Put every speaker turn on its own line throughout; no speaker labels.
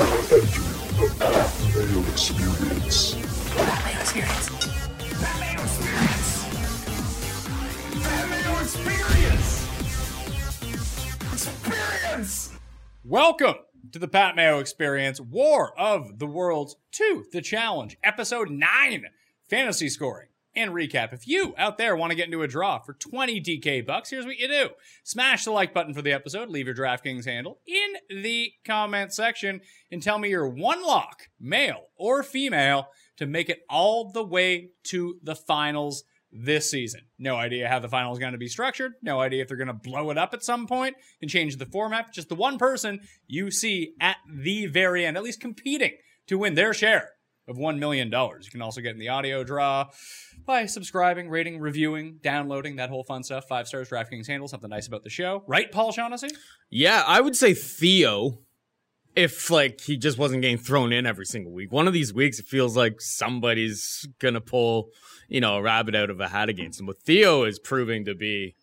Enter the Batmale experience.
Batman experience. Batman experience. Batman experience. Experience.
Welcome to the Pat Mayo Experience, War of the Worlds 2, The Challenge, Episode 9, Fantasy Scoring. And recap, if you out there want to get into a draw for 20 DK bucks, here's what you do. Smash the like button for the episode, leave your DraftKings handle in the comment section, and tell me your one lock, male or female, to make it all the way to the finals this season. No idea how the final is going to be structured. No idea if they're going to blow it up at some point and change the format. Just the one person you see at the very end, at least competing to win their share of $1 million. You can also get in the audio draw by subscribing, rating, reviewing, downloading, that whole fun stuff. Five stars, DraftKings handle, something nice about the show. Right, Paul Shaughnessy?
Yeah, I would say Theo. If like he just wasn't getting thrown in every single week, one of these weeks it feels like somebody's gonna pull, you know, a rabbit out of a hat against him. But Theo is proving to be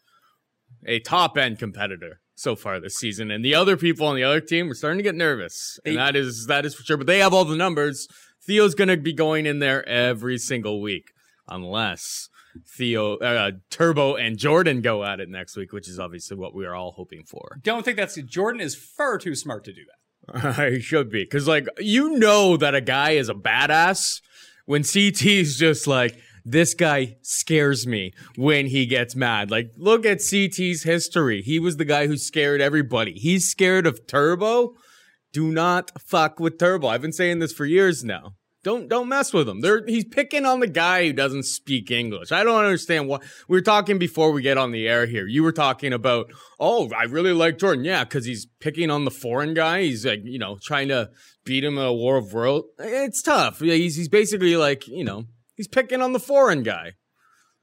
a top end competitor so far this season, and the other people on the other team are starting to get nervous, and
They-
that is that is for sure. But they have all the numbers. Theo's gonna be going in there every single week, unless Theo, uh, Turbo, and Jordan go at it next week, which is obviously what we are all hoping for.
Don't think that's Jordan is far too smart to do that.
I should be. Because, like, you know that a guy is a badass when CT's just like, this guy scares me when he gets mad. Like, look at CT's history. He was the guy who scared everybody. He's scared of Turbo. Do not fuck with Turbo. I've been saying this for years now. Don't don't mess with him. They're, he's picking on the guy who doesn't speak English. I don't understand why. We were talking before we get on the air here. You were talking about, oh, I really like Jordan. Yeah, because he's picking on the foreign guy. He's like, you know, trying to beat him in a war of world. It's tough. Yeah, He's, he's basically like, you know, he's picking on the foreign guy.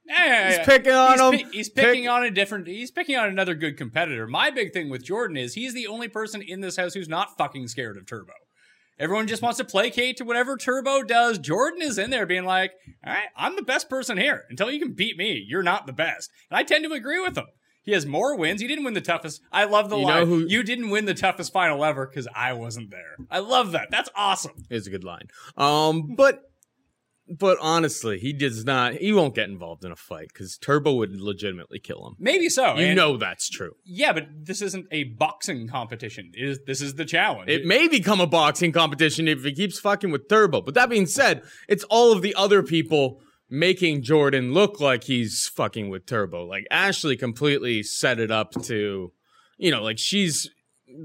Yeah, yeah,
He's
yeah.
picking on
he's
him.
pi- he's
Pick-
picking on a different. He's picking on another good competitor. My big thing with Jordan is he's the only person in this house who's not fucking scared of Turbo. Everyone just wants to placate to whatever Turbo does. Jordan is in there being like, "All right, I'm the best person here. Until you can beat me, you're not the best." And I tend to agree with him. He has more wins. He didn't win the toughest. I love the
You
line.
know who-
you didn't win the toughest final ever because I wasn't there. I love that. That's awesome.
is a good line. Um, but but honestly, he does not. He won't get involved in a fight because Turbo would legitimately kill him.
Maybe so.
You
And-
know that's true.
yeah, but this isn't a boxing competition. It is, this is the challenge.
It may become a boxing competition if he keeps fucking with Turbo. But that being said, it's all of the other people making Jordan look like he's fucking with Turbo. Like Ashley completely set it up to, you know, like she's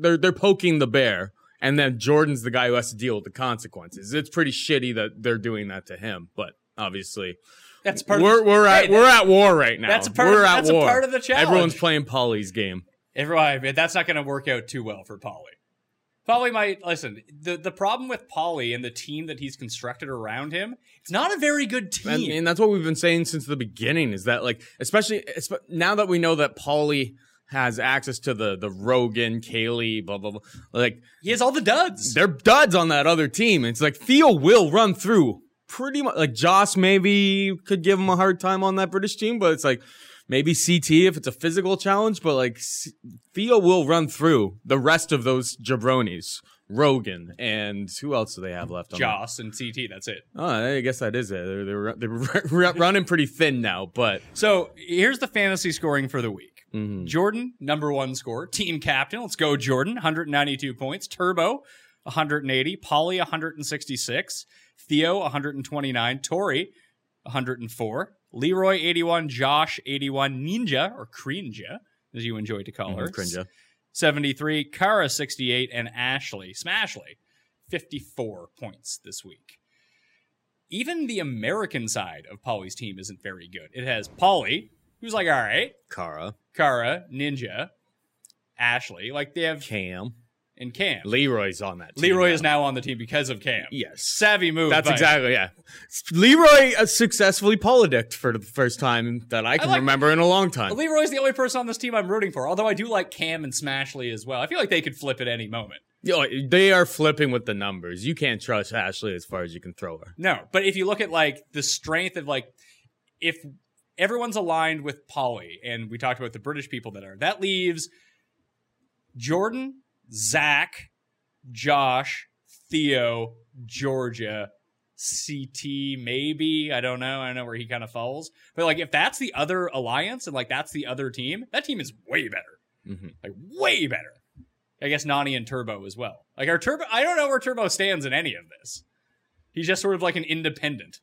they're they're poking the bear, and then Jordan's the guy who has to deal with the consequences. It's pretty shitty that they're doing that to him, but obviously
that's part
we're
of
we're at
Hey,
we're at war right now.
that's a part of-
We're at
that's a
war.
part of the challenge.
Everyone's playing Polly's game.
Everyone, but that's not going to work out too well for Polly. Polly might listen. the The problem with Polly and the team that he's constructed around him, it's not a very good team.
And, and that's what we've been saying since the beginning is that like especially espe- now that we know that Polly has access to the the Rogan, Kaylee, blah blah blah. Like
he has all the duds.
they're duds on that other team. It's like Theo will run through pretty much like Joss maybe could give him a hard time on that British team, but it's like maybe CT if it's a physical challenge, but like C- Theo will run through the rest of those jabronis. Rogan and who else do they have left? on that?
Joss and CT. That's it.
Oh, I guess that is it. They're, they're, they're ru- running pretty thin now, but
So here's the fantasy scoring for the week. Jordan, number one score, team captain. Let's go, Jordan. 192 points. Turbo, 180. Polly, 166. Theo, 129. Tori, 104. Leroy, 81. Josh, 81. Ninja, or Crinja, as you enjoy to call her.
Cringe.
73. Kara, 68. And Ashley, Smashley, 54 points this week. Even the American side of Polly's team isn't very good. It has Polly, who's like, all right,
Kara,
Kara, Ninja, Ashley. Like they have
Cam,
and Cam.
Leroy's on that. Team
Leroy is now on the team because of Cam.
Yes,
Savvy move.
that's
by-
exactly yeah. Leroy uh, successfully politicked for the first time that I can
like-
remember in a long time.
Leroy's the only person on this team I'm rooting for, although I do like Cam and Smashley as well. I feel like they could flip at any moment.
You know, they are flipping with the numbers. You can't trust Ashley as far as you can throw her.
No, but if you look at like the strength of like if everyone's aligned with Polly, and we talked about the British people that are, that leaves Jordan, Zach, Josh, Theo, Georgia, CT, maybe. I don't know. I don't know where he kind of falls. But like if that's the other alliance and like that's the other team, that team is way better.
Mhm.
Like way better. I guess Nani and Turbo as well. Like our Turbo I don't know where Turbo stands in any of this. He's just sort of like an independent.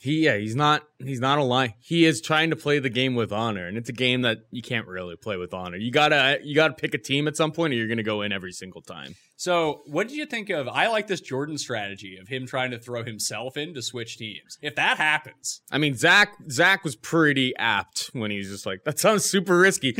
He yeah, he's not he's not a lie. He is trying to play the game with honor, and it's a game that you can't really play with honor. You gotta you gotta pick a team at some point, or you're gonna go in every single time.
So, what did you think of? I like this Jordan strategy of him trying to throw himself in to switch teams. If that happens,
I mean, Zach Zach was pretty apt when he was just like, "That sounds super risky,"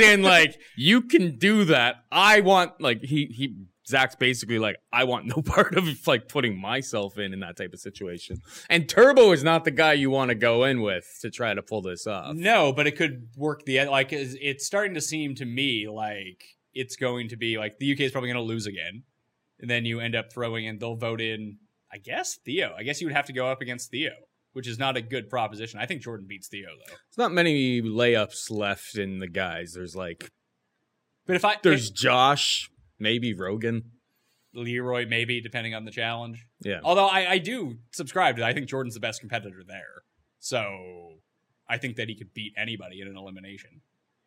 in like you can do that. I want like he he Zach's basically like I want no part of like putting myself in in that type of situation. And Turbo is not the guy you want to go in with to try to pull this off.
no, but it could work the like. is- It's starting to seem to me like it's going to be like the UK is probably going to lose again, and then you end up throwing in. They'll vote in. I guess Theo. I guess you would have to go up against Theo, which is not a good proposition. I think Jordan beats Theo though.
There's not many layups left in the guys. There's like
But if I
There's Josh, maybe Rogan.
if Leroy, maybe depending on the challenge.
Yeah.
Although I, I do subscribe to that. I think Jordan's the best competitor there. So I think that he could beat anybody in an elimination.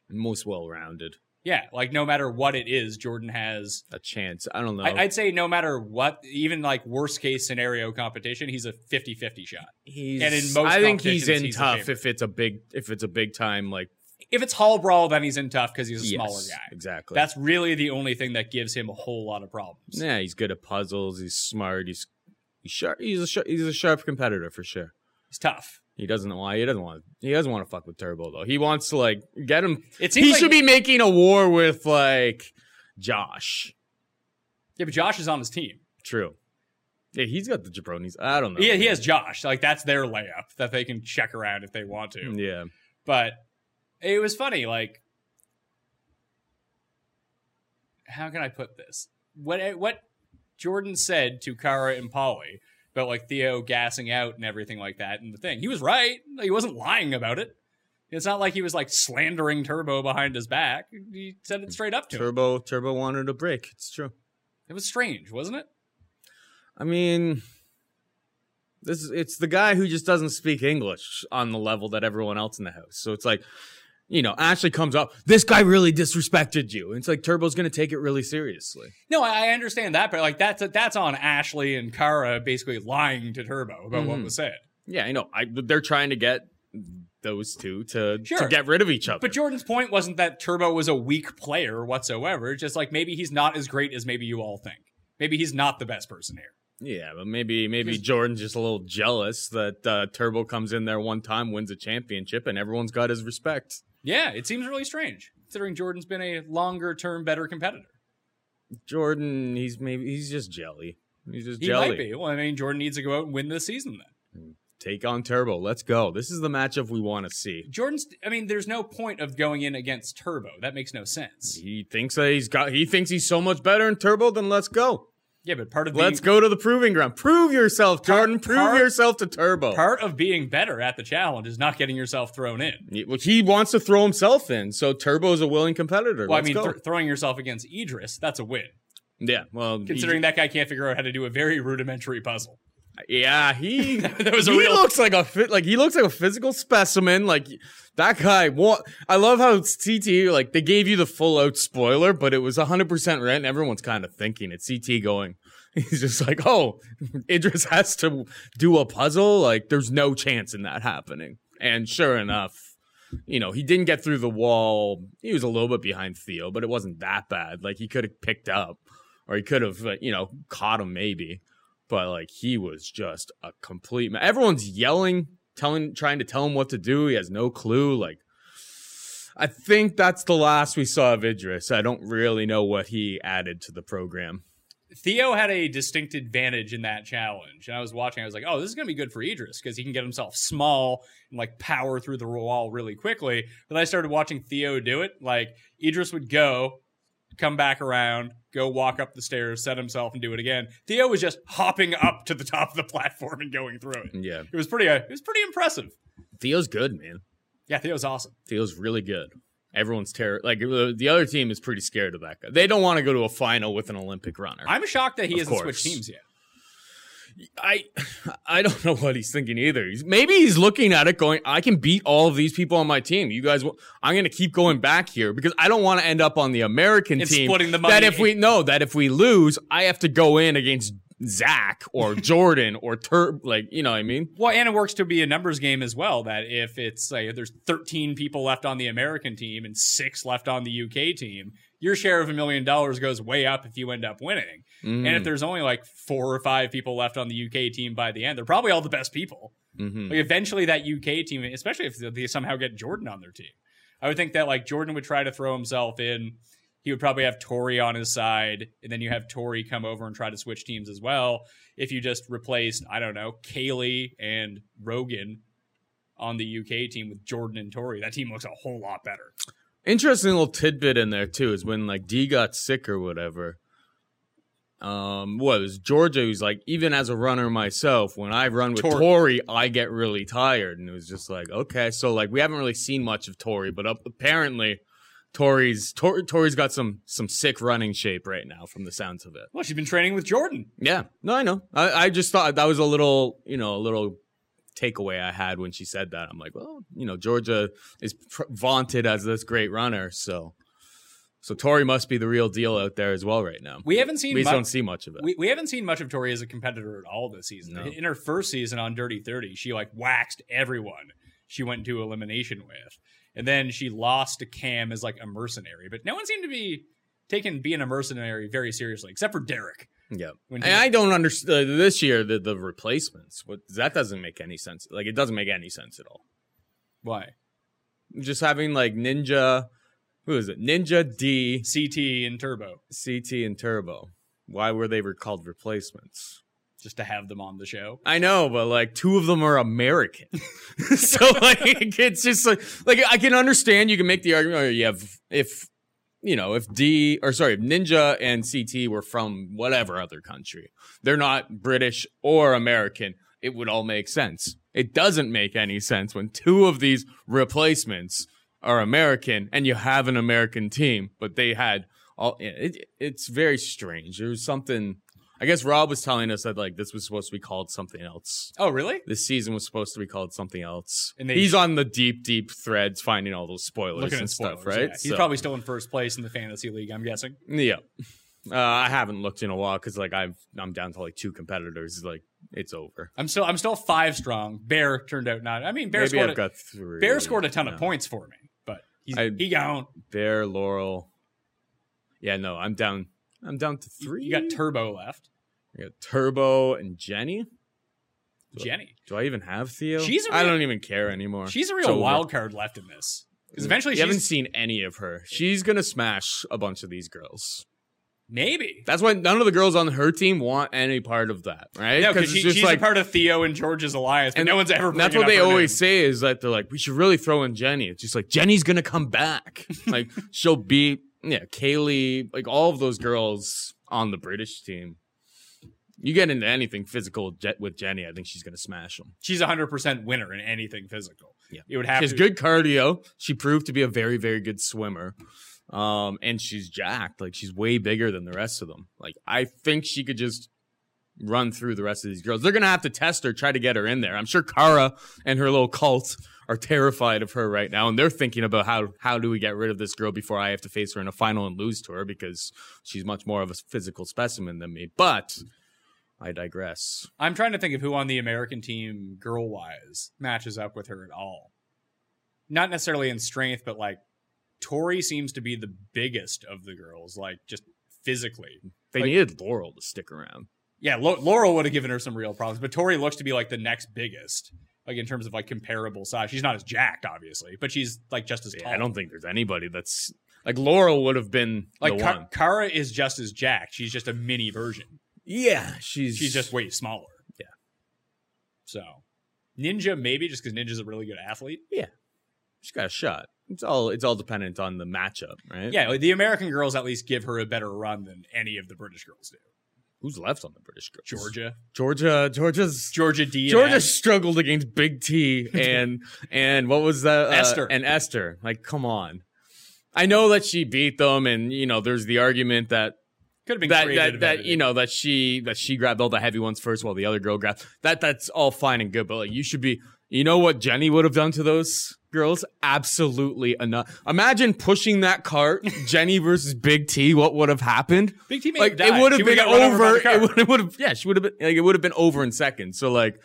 Most well rounded.
Yeah, like no matter what it is, Jordan has.
A chance. I don't know.
I, I'd say no matter what, even like worst case scenario competition, he's a 50 50 shot.
he's,
and in most
I think he's
competitions,
in
he's the
tough
favorite.
if it's a big if it's a big time like
If it's Hall Brawl, then he's in tough because he's a smaller
yes,
guy.
Exactly.
That's really the only thing that gives him a whole lot of problems.
yeah, he's good at puzzles, he's smart, he's he's sharp he's a sharp, he's a sharp competitor for sure.
He's tough.
He doesn't want he doesn't want he doesn't want to fuck with Turbo though. He wants to like get him
It seems
he
like-
should be making a war with like Josh.
Yeah, but Josh is on his team.
True. Yeah, he's got the jabronis. I don't know.
Yeah, he has Josh. Like that's their layup that they can check around if they want to.
Yeah.
but it was funny like how can i put this what what jordan said to kara and polly about like theo gassing out and everything like that and the thing he was right Like, he wasn't lying about it it's not like he was like slandering turbo behind his back he said it straight up to him
Turbo Turbo wanted a break. It's true.
it was strange wasn't it
I mean, this is, it's the guy who just doesn't speak English on the level that everyone else in the house. So it's like, you know, Ashley comes up. This guy really disrespected you. And it's like Turbo's going to take it really seriously.
No, I I understand that, but like that's that's on Ashley and Kara basically lying to Turbo about what
Mhm.
was said.
Yeah, I know. I, they're trying to get those two to to
Sure.
get rid of each other.
But Jordan's point wasn't that Turbo was a weak player whatsoever. It's just like maybe he's not as great as maybe you all think. Maybe he's not the best person here.
yeah, but maybe maybe
Because-
Jordan's just a little jealous that uh, Turbo comes in there one time, wins a championship, and everyone's got his respect.
Yeah, it seems really strange considering Jordan's been a longer term better competitor.
Jordan, he's maybe he's just jelly. He's just
He
jelly.
might be. Well, I mean, Jordan needs to go out and win this season then.
Take on Turbo. Let's go. This is the matchup we want to see.
Jordan's, I mean, there's no point of going in against Turbo. That makes no sense.
He thinks that he's got. He thinks he's so much better in Turbo. Then let's go.
Yeah, but part of being,
Let's go to the proving ground. Prove yourself, Jordan. Prove
par-
yourself to Turbo.
part of being better at the challenge is not getting yourself thrown in.
He- well, he wants to throw himself in, so Turbo's a willing competitor.
Well,
let's
I mean,
go.
thr- throwing yourself against Idris, that's a win.
yeah. Well,
Considering that guy can't figure out how to do a very rudimentary puzzle.
he, yeah, he
That was a
he
real-
looks like a fit, like he looks like a physical specimen. Like that guy. Wa- I love how CT like they gave you the full out spoiler, but it was hundred percent right, and everyone's kind of thinking it. CT E going. He's just like, oh, Idris has to do a puzzle. Like, there's no chance in that happening. And sure enough, you know, he didn't get through the wall. He was a little bit behind Theo, but it wasn't that bad. Like, he could have picked up or he could have, you know, caught him maybe. But like, he was just a complete. ma- Everyone's yelling, telling, trying to tell him what to do. He has no clue. Like, I think that's the last we saw of Idris. I don't really know what he added to the program.
Theo had a distinct advantage in that challenge. And I was watching, I was like, oh, this is going to be good for Idris because he can get himself small and like power through the wall really quickly. But I started watching Theo do it. Like, Idris would go, come back around, go walk up the stairs, set himself, and do it again. Theo was just hopping up to the top of the platform and going through it.
Yeah.
It was pretty, uh, it was pretty impressive.
Theo's good, man.
Yeah, Theo's awesome.
Theo's really good. Everyone's terror. Like uh, the other team is pretty scared of that guy. They don't want to go to a final with an Olympic runner.
I'm shocked that he
Of
hasn't
course.
switched teams yet.
I I don't know what he's thinking either. He's, maybe he's looking at it going, I can beat all of these people on my team. You guys, wa- I'm going to keep going back here because I don't want to end up on the American
And
team.
splitting the
That
money.
if we no, that if we lose, I have to go in against Zach or Jordan or Tur. Like you know, what I mean,
Well, and it works to be a numbers game as well. That if it's like there's 13 people left on the American team and six left on the UK team, your share of a million dollars goes way up if you end up winning. And
Hmm.
if there's only like four or five people left on the UK team by the end, they're probably all the best people.
Mhm.
Like eventually, that UK team, especially if they somehow get Jordan on their team, I would think that like Jordan would try to throw himself in. He would probably have Tori on his side, and then you have Tori come over and try to switch teams as well. If you just replaced, I don't know, Kaylee and Rogan on the UK team with Jordan and Tori, that team looks a whole lot better.
interesting little tidbit in there too is when like D got sick or whatever. Um, what it was Georgia who's like, even as a runner myself, when I run with
Tor-
Tori, I get really tired, and it was just like, okay, so like we haven't really seen much of Tori, but up, apparently. Tori's Tor, Tori's got some some sick running shape right now, from the sounds of it.
Well, she's been training with Jordan.
Yeah, no, I know. I, I just thought that was a little, you know, a little takeaway I had when she said that. I'm like, well, you know, Georgia is pr- vaunted as this great runner, so so Tori must be the real deal out there as well right now.
We haven't seen
We just
much-
don't see much of it.
We, we haven't seen much of Tori as a competitor at all this season.
No.
In her first season on Dirty 30, she like waxed everyone she went into elimination with. And then she lost to Cam as like a mercenary. But no one seemed to be taking being a mercenary very seriously, except for Derek.
yeah,
When
and I don't understand this year the the replacements. What that doesn't make any sense. Like it doesn't make any sense at all.
Why?
Just having like Ninja, who is it? Ninja D,
CT and Turbo,
CT, and Turbo. Why were they re- called replacements?
just to have them on the show.
I know, but like two of them are American. so like it's just like like I can understand you can make the argument oh, you have if you know, if D or sorry, if Ninja and CT were from whatever other country. They're not British or American. It would all make sense. It doesn't make any sense when two of these replacements are American and you have an American team, but they had all it, it's very strange. There was something I guess Rob was telling us that like this was supposed to be called something else.
Oh, really?
This season was supposed to be called something else.
And they-
He's on the deep, deep threads finding all those spoilers
Looking
and
at spoilers,
stuff, right?
yeah. He's
So-
probably still in first place in the fantasy league, I'm guessing.
yeah. Uh, I haven't looked in a while because like I've I'm down to like two competitors. Like it's over.
I'm still I'm still five strong. Bear turned out not. I mean, Bear
Maybe
scored
I've
a,
got three.
Bear scored a ton
No.
of points for me, but he's,
I-
he gone.
Bear Laurel. Yeah, no, I'm down. I'm down to three.
You got Turbo left.
I got Turbo and Jenny.
Jenny.
Do I even have Theo?
She's a
I
real-
don't even care anymore.
She's a
It's
real
over.
wild card left in this. Because eventually
Mm. you haven't
she's
seen any of her. She's gonna smash a bunch of these girls.
maybe.
That's why none of the girls on her team want any part of that, right?
No, because
it's
she's a part of Theo and George's alliance, but
And
no one's ever.
that's
bringing
what
up
they
her
always
name.
say is that they're like, we should really throw in Jenny. It's just like Jenny's gonna come back. like she'll beat yeah, Kaylee, like all of those girls on the British team. You get into anything physical Je- with Jenny, I think she's gonna smash them.
She's a hundred percent winner in anything physical.
Yeah.
it would have
She has
to.
good cardio. She proved to be a very, very good swimmer. Um, and she's jacked. Like she's way bigger than the rest of them. Like I think she could just run through the rest of these girls. They're gonna have to test her, try to get her in there. I'm sure Kara and her little cult are terrified of her right now, and they're thinking about how how do we get rid of this girl before I have to face her in a final and lose to her because she's much more of a physical specimen than me. But I digress.
I'm trying to think of who on the American team, girl wise, matches up with her at all. Not necessarily in strength, but like Tori seems to be the biggest of the girls, like just physically.
They
Like-
needed Laurel to stick around.
Yeah, Lau- Laurel would have given her some real problems, but Tori looks to be like the next biggest, like in terms of like comparable size. She's not as jacked, obviously, but she's like just as
Yeah,
tall.
I don't think there's anybody that's like Laurel would have been
like
the
Ka-
one.
Kara is just as jacked. She's just a mini version.
Yeah, she's
She's just way smaller.
Yeah.
So, Ninja maybe just because Ninja's a really good athlete.
she's got a shot. It's all it's all dependent on the matchup, right?
Yeah, like, the American girls at least give her a better run than any of the British girls do.
who's left on the British girls?
Georgia,
Georgia, Georgia's.
Georgia D, and
Georgia
Ash.
struggled against Big T and and what was that?
Esther.
and Esther. Like, come on. I know that she beat them, and you know, there's the argument that
Could have been
that
creative
that, that
editing.
you know that she that she grabbed all the heavy ones first while the other girl grabbed that that's all fine and good but like you should be you know what Jenny would have done to those girls absolutely enough imagine pushing that cart Jenny versus Big T what would have happened
Big T may
like
have died.
it would
She would've
have been
got run over by
over
the cart.
it would- it would have yeah she would have been like it would have been over in seconds so like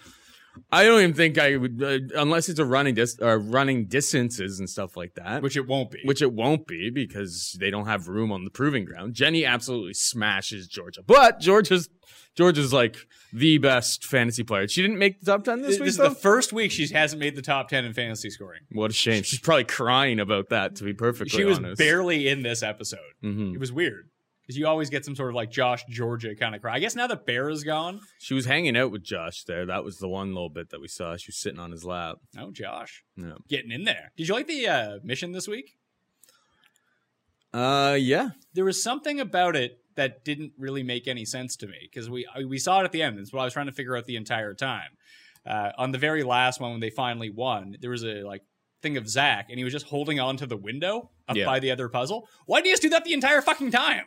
I don't even think I would uh, unless it's a running dis uh, running distances and stuff like that
which it won't be.
which it won't be because they don't have room on the proving ground. Jenny absolutely smashes Georgia, but Georgia's Georgia's like the best fantasy player. She didn't make the top ten this
this
week.
is
though?
the first week she hasn't made the top ten in fantasy scoring.
what a shame. She's probably crying about that. To be perfectly
She was
honest,
barely in this episode.
Mhm.
It was weird because you always get some sort of like Josh Georgia kind of cry. I guess now that Bear is gone,
she was hanging out with Josh there. That was the one little bit that we saw. She was sitting on his lap.
no oh, Josh
Yeah.
getting in there. Did you like the uh, mission this week?
Uh, yeah.
There was something about it that didn't really make any sense to me because we I- we saw it at the end. That's what I was trying to figure out the entire time. Uh, on the very last one when they finally won, there was a like thing of Zach and he was just holding on to the window up
Yeah.
by the other puzzle. Why did you just do that the entire fucking time?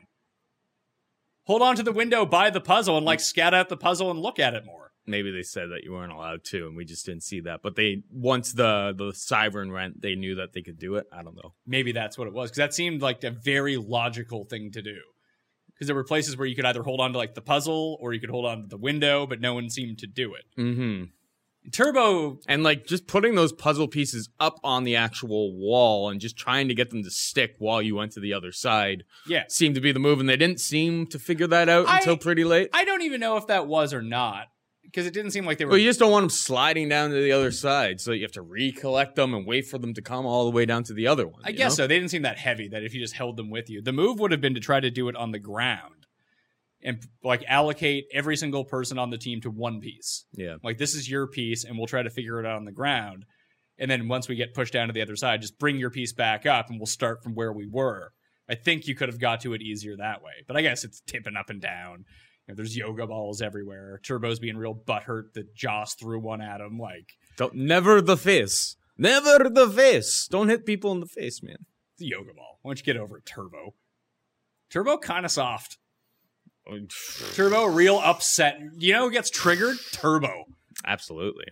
Hold on to the window by the puzzle and like scat at the puzzle and look at it more.
Maybe they said that you weren't allowed to, and we just didn't see that. But they once the the siren went, they knew that they could do it. I don't know.
maybe that's what it was because that seemed like a very logical thing to do because there were places where you could either hold on to like the puzzle or you could hold on to the window but no one seemed to do it
Mm-hmm.
turbo
and like just putting those puzzle pieces up on the actual wall and just trying to get them to stick while you went to the other side
yeah
seemed to be the move and they didn't seem to figure that out
I-
until pretty late
i don't even know if that was or not because it didn't seem like they were
well you just don't want them sliding down to the other side so you have to recollect them and wait for them to come all the way down to the other one
i
you
guess
know?
so they didn't seem that heavy that if you just held them with you the move would have been to try to do it on the ground and like allocate every single person on the team to one piece
yeah
Like this is your piece, and we'll try to figure it out on the ground. And then once we get pushed down to the other side, just bring your piece back up, and we'll start from where we were. I think you could have got to it easier that way, but I guess it's tipping up and down. You know, there's yoga balls everywhere. Turbo's being real butthurt that Joss threw one at him. Like
don't never the face never the face don't hit people in the face man
the yoga ball. Why don't you get over it, Turbo? Turbo kind of soft. Turbo real upset. You know who gets triggered? Turbo.
absolutely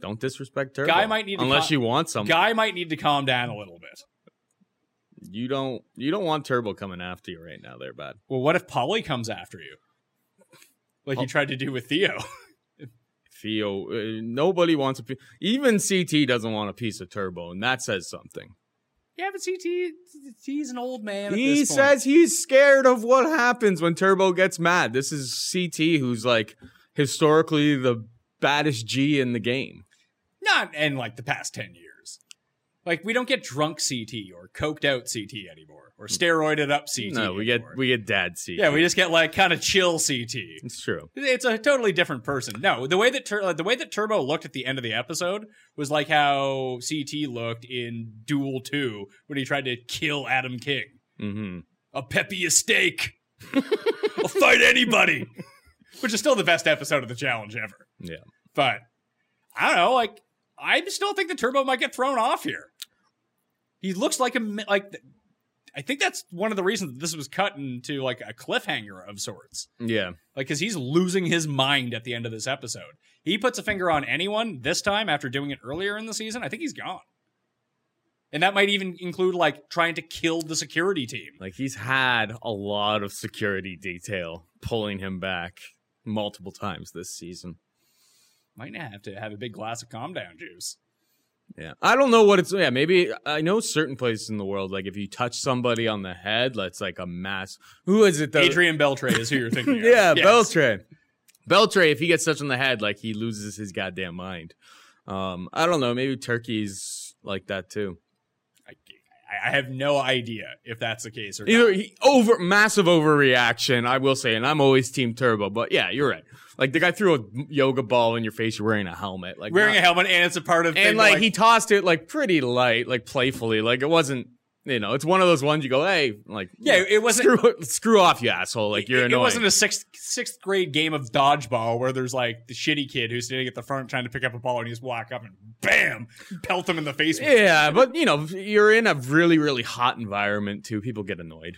don't disrespect her
Guy might need to
unless
con-
you want some
Guy might need to calm down a little bit.
you don't you don't want turbo coming after you right now there bud
Well, what if Polly comes after you? Like you tried to do with Theo.
Theo, uh, nobody wants a piece. Even CT doesn't want a piece of turbo, and that says something.
yeah, but CT, he's an old man.
He says he's scared of what happens when Turbo gets mad. This is CT, who's like historically the baddest G in the game.
not in like the past 10 years. Like we don't get drunk CT or coked out CT anymore or steroided up CT.
Mm. no, we get
anymore.
we get dad CT.
yeah, we just get like kind of chill CT.
it's true.
It's a totally different person. No, the way that Tur- uh, the way that Turbo looked at the end of the episode was like how CT looked in Duel 2 when he tried to kill Adam King.
hmm
I'll pepper your steak. I'll fight anybody. Which is still the best episode of the challenge ever.
Yeah.
But I don't know, like I still think the turbo might get thrown off here. He looks like a mi- like I think that's one of the reasons that this was cut into like a cliffhanger of sorts.
Yeah,
Like cuz he's losing his mind at the end of this episode. He puts a finger on anyone this time after doing it earlier in the season, I think he's gone. And that might even include like trying to kill the security team.
like he's had a lot of security detail pulling him back multiple times this season.
Might not have to have a big glass of calm down juice.
Yeah. I don't know what it's yeah, maybe I know certain places in the world, like if you touch somebody on the head, that's like a mass who is it though?
Adrian Beltre is who you're thinking of.
yeah,
Yes.
Beltray. Beltray, if he gets touched on the head, like he loses his goddamn mind. Um, I don't know, maybe Turkey's like that too.
I, I have no idea if that's the case or
Either
not.
he, over massive overreaction, I will say, and I'm always team turbo, but yeah, you're right. Like the guy threw a yoga ball in your face, you're wearing a helmet. Like
Wearing
not-
a helmet and it's a part of
and like, he tossed it like pretty light, like playfully, like it wasn't you know, it's one of those ones you go, hey, like,
Yeah, it wasn't-
screw, screw off, you asshole. Like you're
it,
annoying.
It wasn't a sixth sixth grade game of dodgeball where there's like the shitty kid who's sitting at the front trying to pick up a ball and you just walk up and bam, pelt him in the face. with it.
yeah, but you know, you're in a really, really hot environment too. People get annoyed.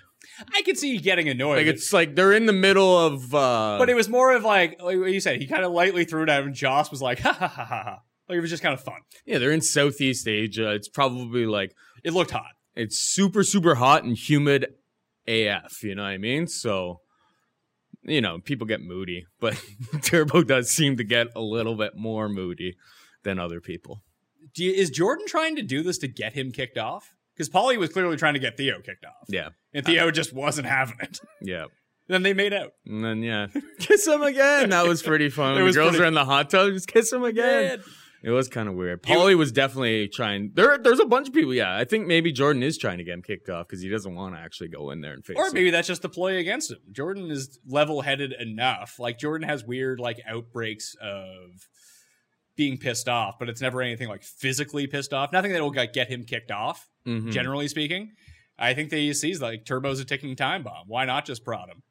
I could see you getting annoyed.
Like it's like they're in the middle of. uh
but it was more of like, like what you said, he kind of lightly threw it at him and Joss was like, ha ha ha ha. ha. Like it was just kind of fun.
Yeah, they're in Southeast Asia. It's probably like
It looked hot.
it's super, super hot and humid AF. You know what I mean? So, you know, people get moody, but Turbo does seem to get a little bit more moody than other people.
Do you, is Jordan trying to do this to get him kicked off? Because Paulie was clearly trying to get Theo kicked off.
Yeah,
And
Uh-huh.
Theo just wasn't having it.
yeah.
then they made out.
And then yeah, kiss him again. That was pretty fun.
It
When the
was
girls
pretty-
were in the hot tub. Just kiss him again. It was kind of weird. Paulie was definitely trying. There, there's a bunch of people. Yeah, I think maybe Jordan is trying to get him kicked off because he doesn't want to actually go in there and face.
Or
him.
maybe that's just the ploy against him. Jordan is level headed enough. Like Jordan has weird like outbreaks of being pissed off, but it's never anything like physically pissed off. Nothing that will like, get him kicked off,
Mhm.
generally speaking. I think that he sees like Turbo's a ticking time bomb. Why not just prod him?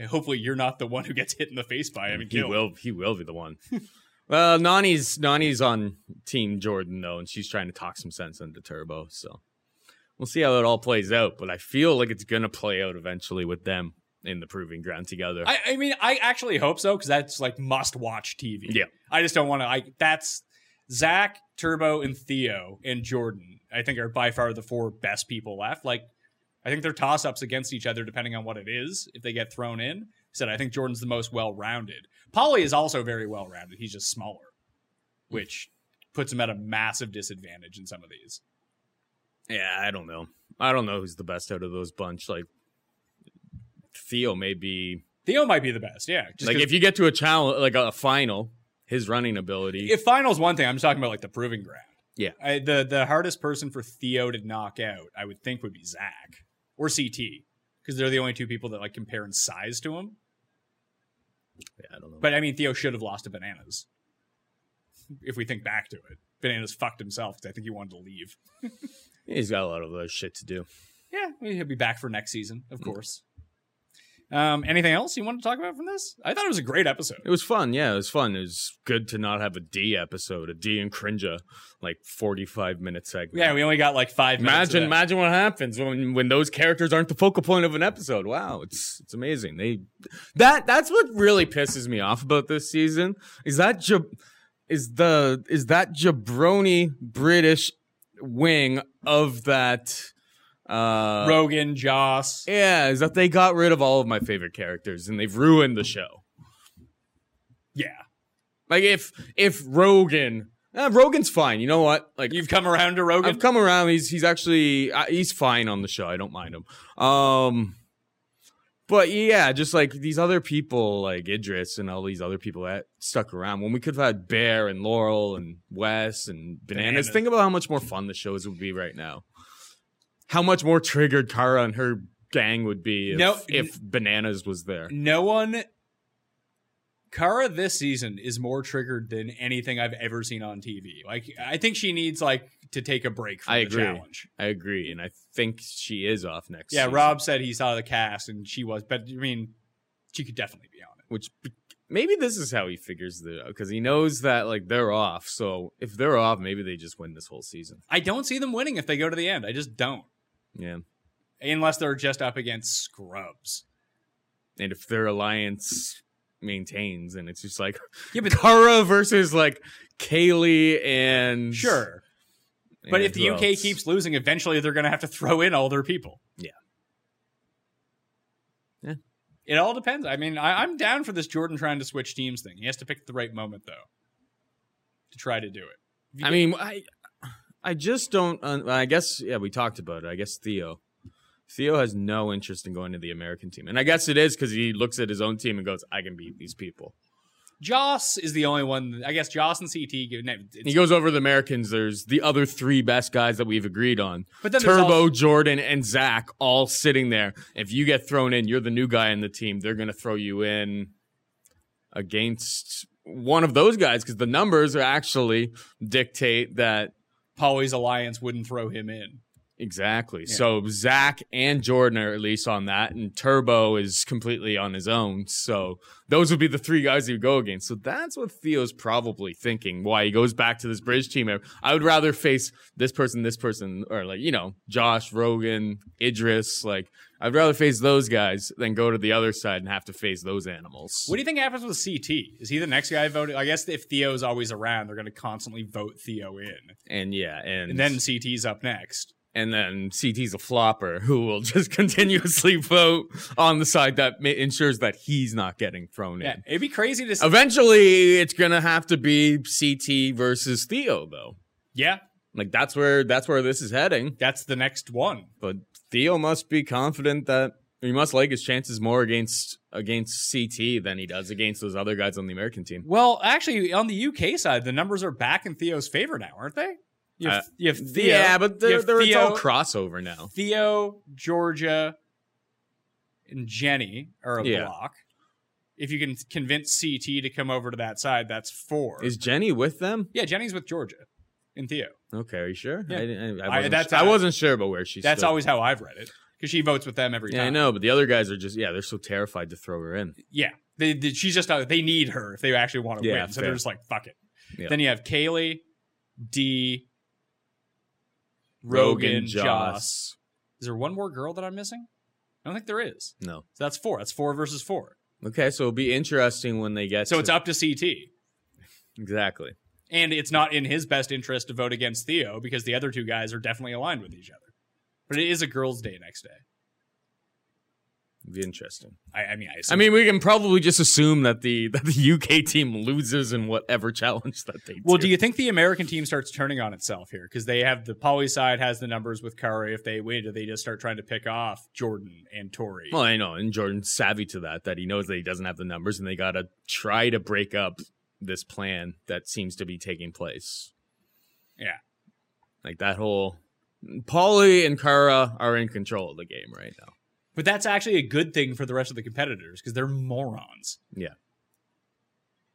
And hopefully you're not the one who gets hit in the face by him and
he
killed.
will. He will be the one. well, Nani's Nani's on Team Jordan though, and she's trying to talk some sense into Turbo. So we'll see how it all plays out. But I feel like it's gonna play out eventually with them in the proving ground together.
I, I mean, I actually hope so because that's like must watch TV.
Yeah.
I just don't want to. I that's Zach, Turbo, and Theo and Jordan. I think are by far the four best people left. Like, I think they're toss ups against each other depending on what it is. If they get thrown in, said I think Jordan's the most well rounded. Polly is also very well rounded. He's just smaller, which puts him at a massive disadvantage in some of these.
yeah, I don't know. I don't know who's the best out of those bunch. Like Theo may be.
Theo might be the best. Yeah, just
like
'cause-
if you get to a challenge, like a final, his running ability.
if finals one thing, I'm just talking about like the proving ground.
Yeah.
I, the the hardest person for Theo to knock out, I would think, would be Zach or CT because they're the only two people that like compare in size to him.
yeah, I don't know.
But I mean, Theo should have lost to Bananas. If we think back to it, Bananas fucked himself 'cause I think he wanted to leave.
He's got a lot of other shit to do.
Yeah, I mean, he'll be back for next season,
Mm.
of course. Um, anything else you want to talk about from this? I thought it was a great episode.
It was fun. Yeah, it was fun. It was good to not have a D episode, a D and Crinja, like 45 minute segment.
Yeah, we only got like five. minutes of
Imagine,
that.
imagine what happens when, when those characters aren't the focal point of an episode. Wow, it's it's amazing. They that that's what really pisses me off about this season is that jab, is the is that jabroni British wing of that uh
Rogan, Joss.
yeah is that they got rid of all of my favorite characters and they've ruined the show.
Yeah,
Like if if Rogan, eh, Rogan's fine. You know what? Like
you've come around to Rogan.
I've come around. He's he's actually uh, he's fine on the show. I don't mind him. Um, but yeah, just like these other people, like Idris and all these other people that stuck around. When we could have had Bear and Laurel and Wes and Bananas.
Bananas.
Think about how much more fun the shows would be right now. How much more triggered Kara and her gang would be if,
No,
if Bananas was there.
no one Kara this season is more triggered than anything I've ever seen on TV. Like I think she needs like to take a break from
I
the
agree.
challenge.
I agree, and I think she is off next.
Yeah,
season.
Rob said he saw the cast and she was, but I mean, she could definitely be on it.
which b- maybe this is how he figures it out because he knows that like they're off. So if they're off, maybe they just win this whole season.
I don't see them winning if they go to the end. I just don't.
Yeah,
Unless they're just up against scrubs.
and if their alliance maintains, and it's just like
Yeah, but
Kara versus like Kaylee and
sure. But
and
if the
who
UK
else?
keeps losing, eventually they're going to have to throw in all their people.
Yeah. Yeah.
Yeah. It all depends. I mean, I, I'm down for this Jordan trying to switch teams thing. He has to pick the right moment, though, to try to do it.
I mean, I I just don't. un I guess yeah, we talked about it. I guess Theo. Theo has no interest in going to the American team. And I guess it is because he looks at his own team and goes, I can beat these people.
Joss is the only one. I guess Joss and CT. give- no, it's-
He goes over the Americans. There's the other three best guys that we've agreed on.
But then there's
Turbo,
also-
Jordan, and Zach all sitting there. If you get thrown in, you're the new guy in the team. They're going to throw you in against one of those guys because the numbers are actually dictate that
Polly's alliance wouldn't throw him in.
Exactly. So Zach and Jordan are at least on that, and Turbo is completely on his own. So those would be the three guys he would go against. So that's what Theo's probably thinking. Why he goes back to this bridge team? I would rather face this person, this person, or like you know Josh, Rogan, Idris. Like I'd rather face those guys than go to the other side and have to face those animals.
What do you think happens with CT? Is he the next guy voted? I guess if Theo's always around, they're going to constantly vote Theo in,
and yeah, and,
and then CT's up next.
and then CT's a flopper who will just continuously vote on the side that ma- ensures that he's not getting thrown
Yeah,
in.
it'd be crazy to see.
Eventually, it's gonna have to be CT versus Theo, though.
yeah,
Like that's where that's where this is heading.
that's the next one.
But Theo must be confident that he must like his chances more against against CT than he does against those other guys on the American team.
Well, actually, on the UK side, the numbers are back in Theo's favor now, aren't they? You have,
Uh,
you have Theo,
yeah, but
you
they're,
have
they're it's
Theo-
all crossover now.
Theo, Georgia, and Jenny are a
Yeah.
block. If you can convince CT to come over to that side, that's four.
Is Jenny with them?
yeah, Jenny's with Georgia and Theo.
Okay, are you sure?
Yeah.
I, didn't- I,
I-
I, wasn't,
that's-
I wasn't sure about where she's.
That's
always.
always how I've read it because she votes with them every
Yeah,
time.
I know, but the other guys are just yeah, they're so terrified to throw her in.
Yeah, they, they- she's just uh, they need her if they actually want to
Yeah,
win. So
fair.
they're just like fuck it.
Yeah.
Then you have Kaylee, D,
Rogan, Joss.
Is there one more girl that I'm missing? I don't think there is.
No.
So that's four. That's four versus four.
Okay, so it'll be interesting when they get
So
to-
it's up to CT.
exactly.
And it's not in his best interest to vote against Theo because the other two guys are definitely aligned with each other. But it is a girls' day next day.
It'll be interesting.
I, I mean, I,
I
assume-
mean, we can probably just assume that the that the UK team loses in whatever challenge that they
Well, do you think the American team starts turning on itself here? Because they have the poly side has the numbers with Curry. If they win, do they just start trying to pick off Jordan and Tori?
Well, I know, and Jordan's savvy to that that he knows that he doesn't have the numbers and they got to try to break up this plan that seems to be taking place.
Yeah.
Like that whole Paulie and Kara are in control of the game right now.
but that's actually a good thing for the rest of the competitors because they're morons.
Yeah.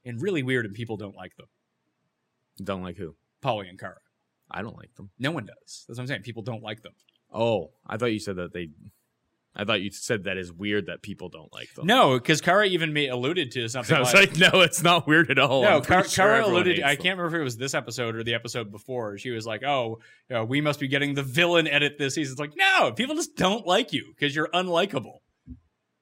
And really weird, and people don't like them.
Don't like who?
Polly and Kara.
I don't like them.
No one does. That's what I'm saying. People don't like them.
Oh, I thought you said that they. I thought you said that is weird that people don't like them.
No, because Kara even ma- alluded to something.
I was
like,
like, no, it's not weird at all.
no,
Oh, I'm pretty
Kara,
sure
Kara
everyone
alluded.
hates
I
them.
can't remember if it was this episode or the episode before. She was like, "Oh, you know, we must be getting the villain edit this season." It's like, no, people just don't like you because you're unlikable.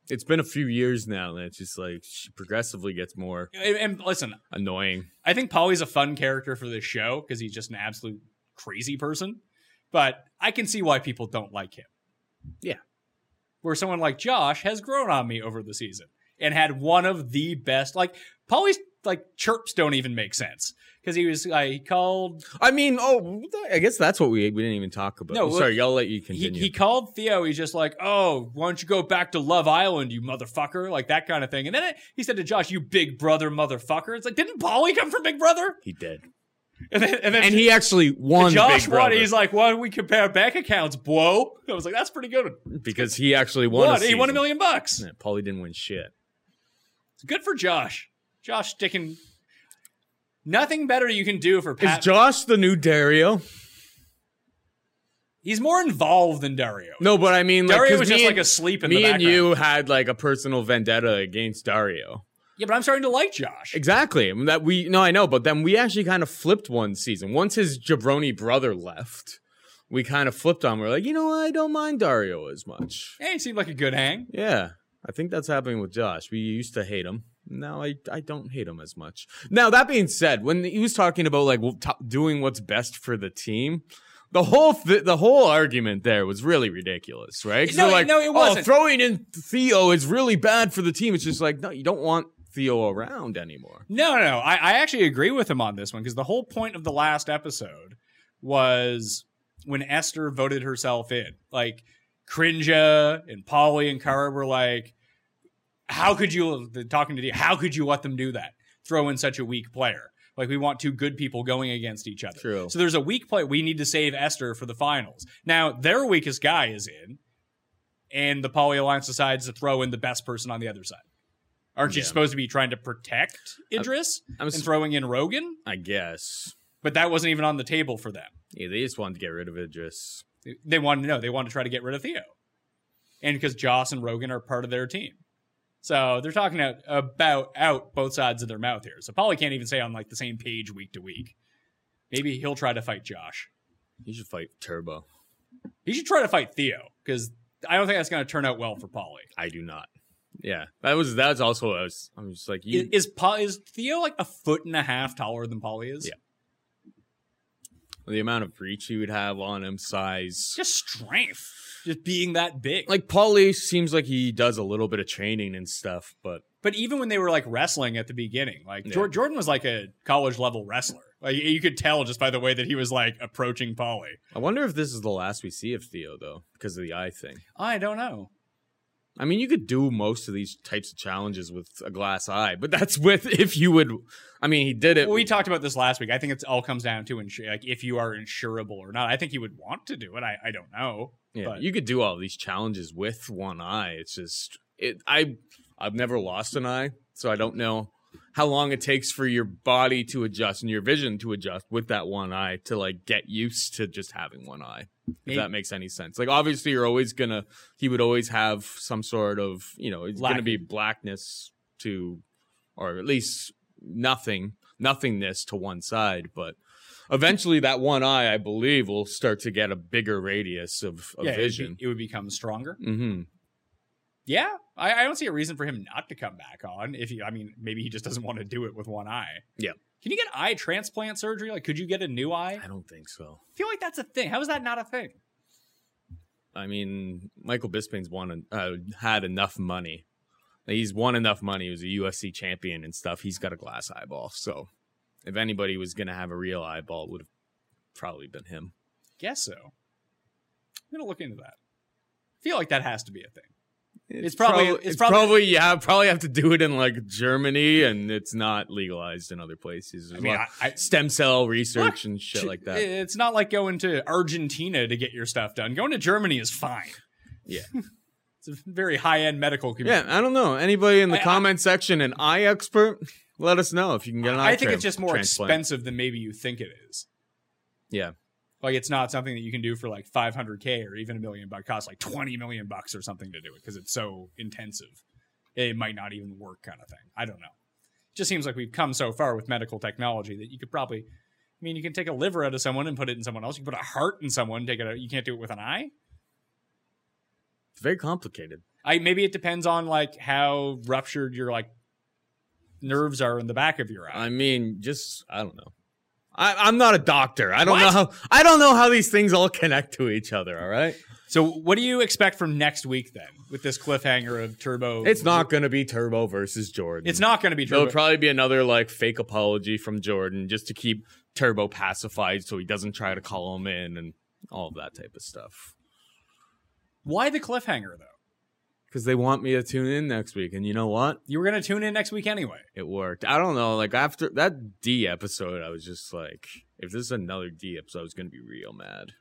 It's been a few years now, and it's just like she progressively gets more
And, and listen,
annoying.
I think Polly's a fun character for this show because he's just an absolute crazy person. But I can see why people don't like him.
Yeah.
Where someone like Josh has grown on me over the season and had one of the best. Like Polly's like chirps don't even make sense because he was like he called
I mean, oh, I guess that's what we we didn't even talk about.
No,
I'm
well,
sorry, y'all let you
he,
continue.
he called Theo. He's just like, oh, why don't you go back to Love Island, you motherfucker, like that kind of thing. And then it, he said to Josh, you Big Brother motherfucker. It's like, didn't Polly come from Big Brother?
he did,
And then, and then
and he actually won.
Josh
Big
won.
Brother
He's like, why don't we compare bank accounts, bro? I was like, that's pretty good.
because he actually won.
What?
A
He won a
season.
million bucks.
Yeah, Paulie didn't win shit.
It's good for Josh. Josh sticking. Nothing better you can do for Pat.
Is Josh the new Dario?
He's more involved than Dario.
No, but I mean, like,
Dario
'cause
was
me
just
and-
like asleep in
me
the
and
background.
you had like a personal vendetta against Dario.
Yeah, but I'm starting to like Josh.
Exactly. I mean, That we no, I know, but then we actually kind of flipped one season. Once his jabroni brother left, we kind of flipped on. We're like, you know, what? I don't mind Dario as much.
Yeah, he seemed like a good hang.
Yeah, I think that's happening with Josh. We used to hate him. Now I I don't hate him as much. Now that being said, when he was talking about like w- to- doing what's best for the team. The whole th- the whole argument there was really ridiculous, right? 'Cause
No,
they're like,
no, it wasn't.
Oh, throwing in Theo is really bad for the team. It's just like, no, you don't want Theo around anymore.
No, no, no. I, I actually agree with him on this one because the whole point of the last episode was when Esther voted herself in. Like, Crinja and Polly and Kara were like, how could you, the- talking to you, how could you let them do that? Throw in such a weak player. Like, we want two good people going against each other.
True.
So there's a weak play. We need to save Esther for the finals. Now, their weakest guy is in, and the Poly Alliance decides to throw in the best person on the other side. Aren't you
Yeah.
supposed to be trying to protect Idris
I'm
and
s-
throwing in Rogan?
I guess.
But that wasn't even on the table for them.
Yeah, they just wanted to get rid of Idris.
They, they wanted to know. They wanted to try to get rid of Theo, and because Joss and Rogan are part of their team, so they're talking out, about out both sides of their mouth here. So Polly can't even say on like the same page week to week. Maybe he'll try to fight Josh.
You should fight Turbo.
He should try to fight Theo because I don't think that's going to turn out well for Polly.
I do not. Yeah, that was that's also I was. I'm just like you.
Is is, Pa- is Theo like a foot and a half taller than Polly is?
Yeah. the amount of reach he would have on him, size.
Just strength, just being that big.
like Paulie seems like he does a little bit of training and stuff, but
but even when they were like wrestling at the beginning, like
Yeah.
Jor- Jordan was like a college level wrestler. Like you could tell just by the way that he was like approaching Polly.
I wonder if this is the last we see of Theo though, because of the eye thing.
I don't know.
I mean, you could do most of these types of challenges with a glass eye, but that's with if you would. I mean, he did it.
we talked about this last week. I think it all comes down to insu- like if you are insurable or not. I think he would want to do it. I, I don't know.
yeah,
but-
you could do all these challenges with one eye. It's just it. I I've never lost an eye, so I don't know how long it takes for your body to adjust and your vision to adjust with that one eye to like get used to just having one eye. if
Maybe-
that makes any sense. Like obviously you're always gonna he would always have some sort of you know, it's gonna
Lack-
be blackness to or at least nothing nothingness to one side, but eventually that one eye I believe will start to get a bigger radius of,
yeah, it
of
would be-
vision.
it would become stronger.
hmm
Yeah, I, I don't see a reason for him not to come back on. If he, I mean, maybe he just doesn't want to do it with one eye.
Yeah.
Can you get eye transplant surgery? Like, could you get a new eye?
I don't think so.
I feel like that's a thing. How is that not a thing?
I mean, Michael Bisping's won uh, had enough money. He's won enough money. He was a USC champion and stuff. He's got a glass eyeball. So, if anybody was gonna have a real eyeball, it would have probably been him.
Guess so. I'm gonna look into that. I feel like that has to be a thing. It's probably-
prob-
it's
it's
probably-
probably, yeah. Probably have to do it in like Germany, and it's not legalized in other places.
I
There's
mean,
a lot
I- I-
of stem cell
Look,
research and shit like that.
It's not like going to Argentina to get your stuff done. Going to Germany is fine.
Yeah.
it's a very high end medical
yeah,
community.
I don't know. Anybody in the
I- I-
comment section, an eye expert, let us know if you can get an eye.
I think
tran-
it's just more
transplant.
expensive than maybe you think it is.
Yeah.
Like it's not something that you can do for like 500k or even a million bucks. It Costs like 20 million bucks or something to do it because it's so intensive. It might not even work, kind of thing. I don't know. It just seems like we've come so far with medical technology that you could probably. I mean, you can take a liver out of someone and put it in someone else. You can put a heart in someone, take it out. You can't do it with an eye.
It's very complicated.
I maybe it depends on like how ruptured your like nerves are in the back of your eye.
I mean, just I don't know. I, I'm not a doctor. I don't
What?
know how I don't know how these things all connect to each other. All right,
So, what do you expect from next week then with this cliffhanger of Turbo?
it's not going to be Turbo versus Jordan.
It's not going to be
There'll
Turbo.
probably be another like fake apology from Jordan just to keep Turbo pacified, so he doesn't try to call him in and all of that type of stuff.
Why the cliffhanger though?
Because they want me to tune in next week, and you know what?
You were going to tune in next week anyway.
It worked. I don't know. Like after that D episode, I was just like, if this is another D episode, I was going to be real mad.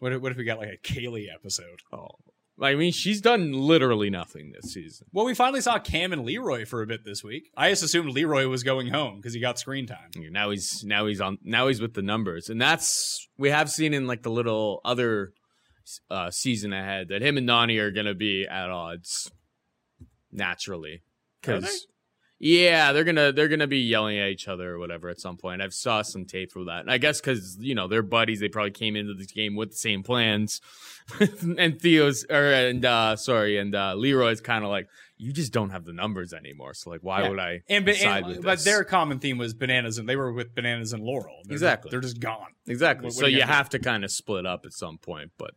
What if, what if we got like a Kaylee episode?
Oh, I mean, she's done literally nothing this season.
Well, we finally saw Cam and Leroy for a bit this week. I just assumed Leroy was going home because he got screen time.
You know, Now he's now he's on now he's with the numbers, and that's we have seen in like the little other uh, season ahead that him and Nani are gonna be at odds naturally
Are they?
because yeah they're gonna they're gonna be yelling at each other or whatever at some point. I've saw some tape for that, and I guess because you know they're buddies, they probably came into this game with the same plans. and Theo's or and uh, sorry, and uh, Leroy's kind of like you just don't have the numbers anymore, so like why
Yeah.
would I
And, ba-
side
and
with
but
this?
their common theme was bananas, and they were with bananas and Laurel. They're just-
Exactly.
they're just gone.
Exactly.
What- what
so
are you
you
gonna do?
have to kind of split up at some point. But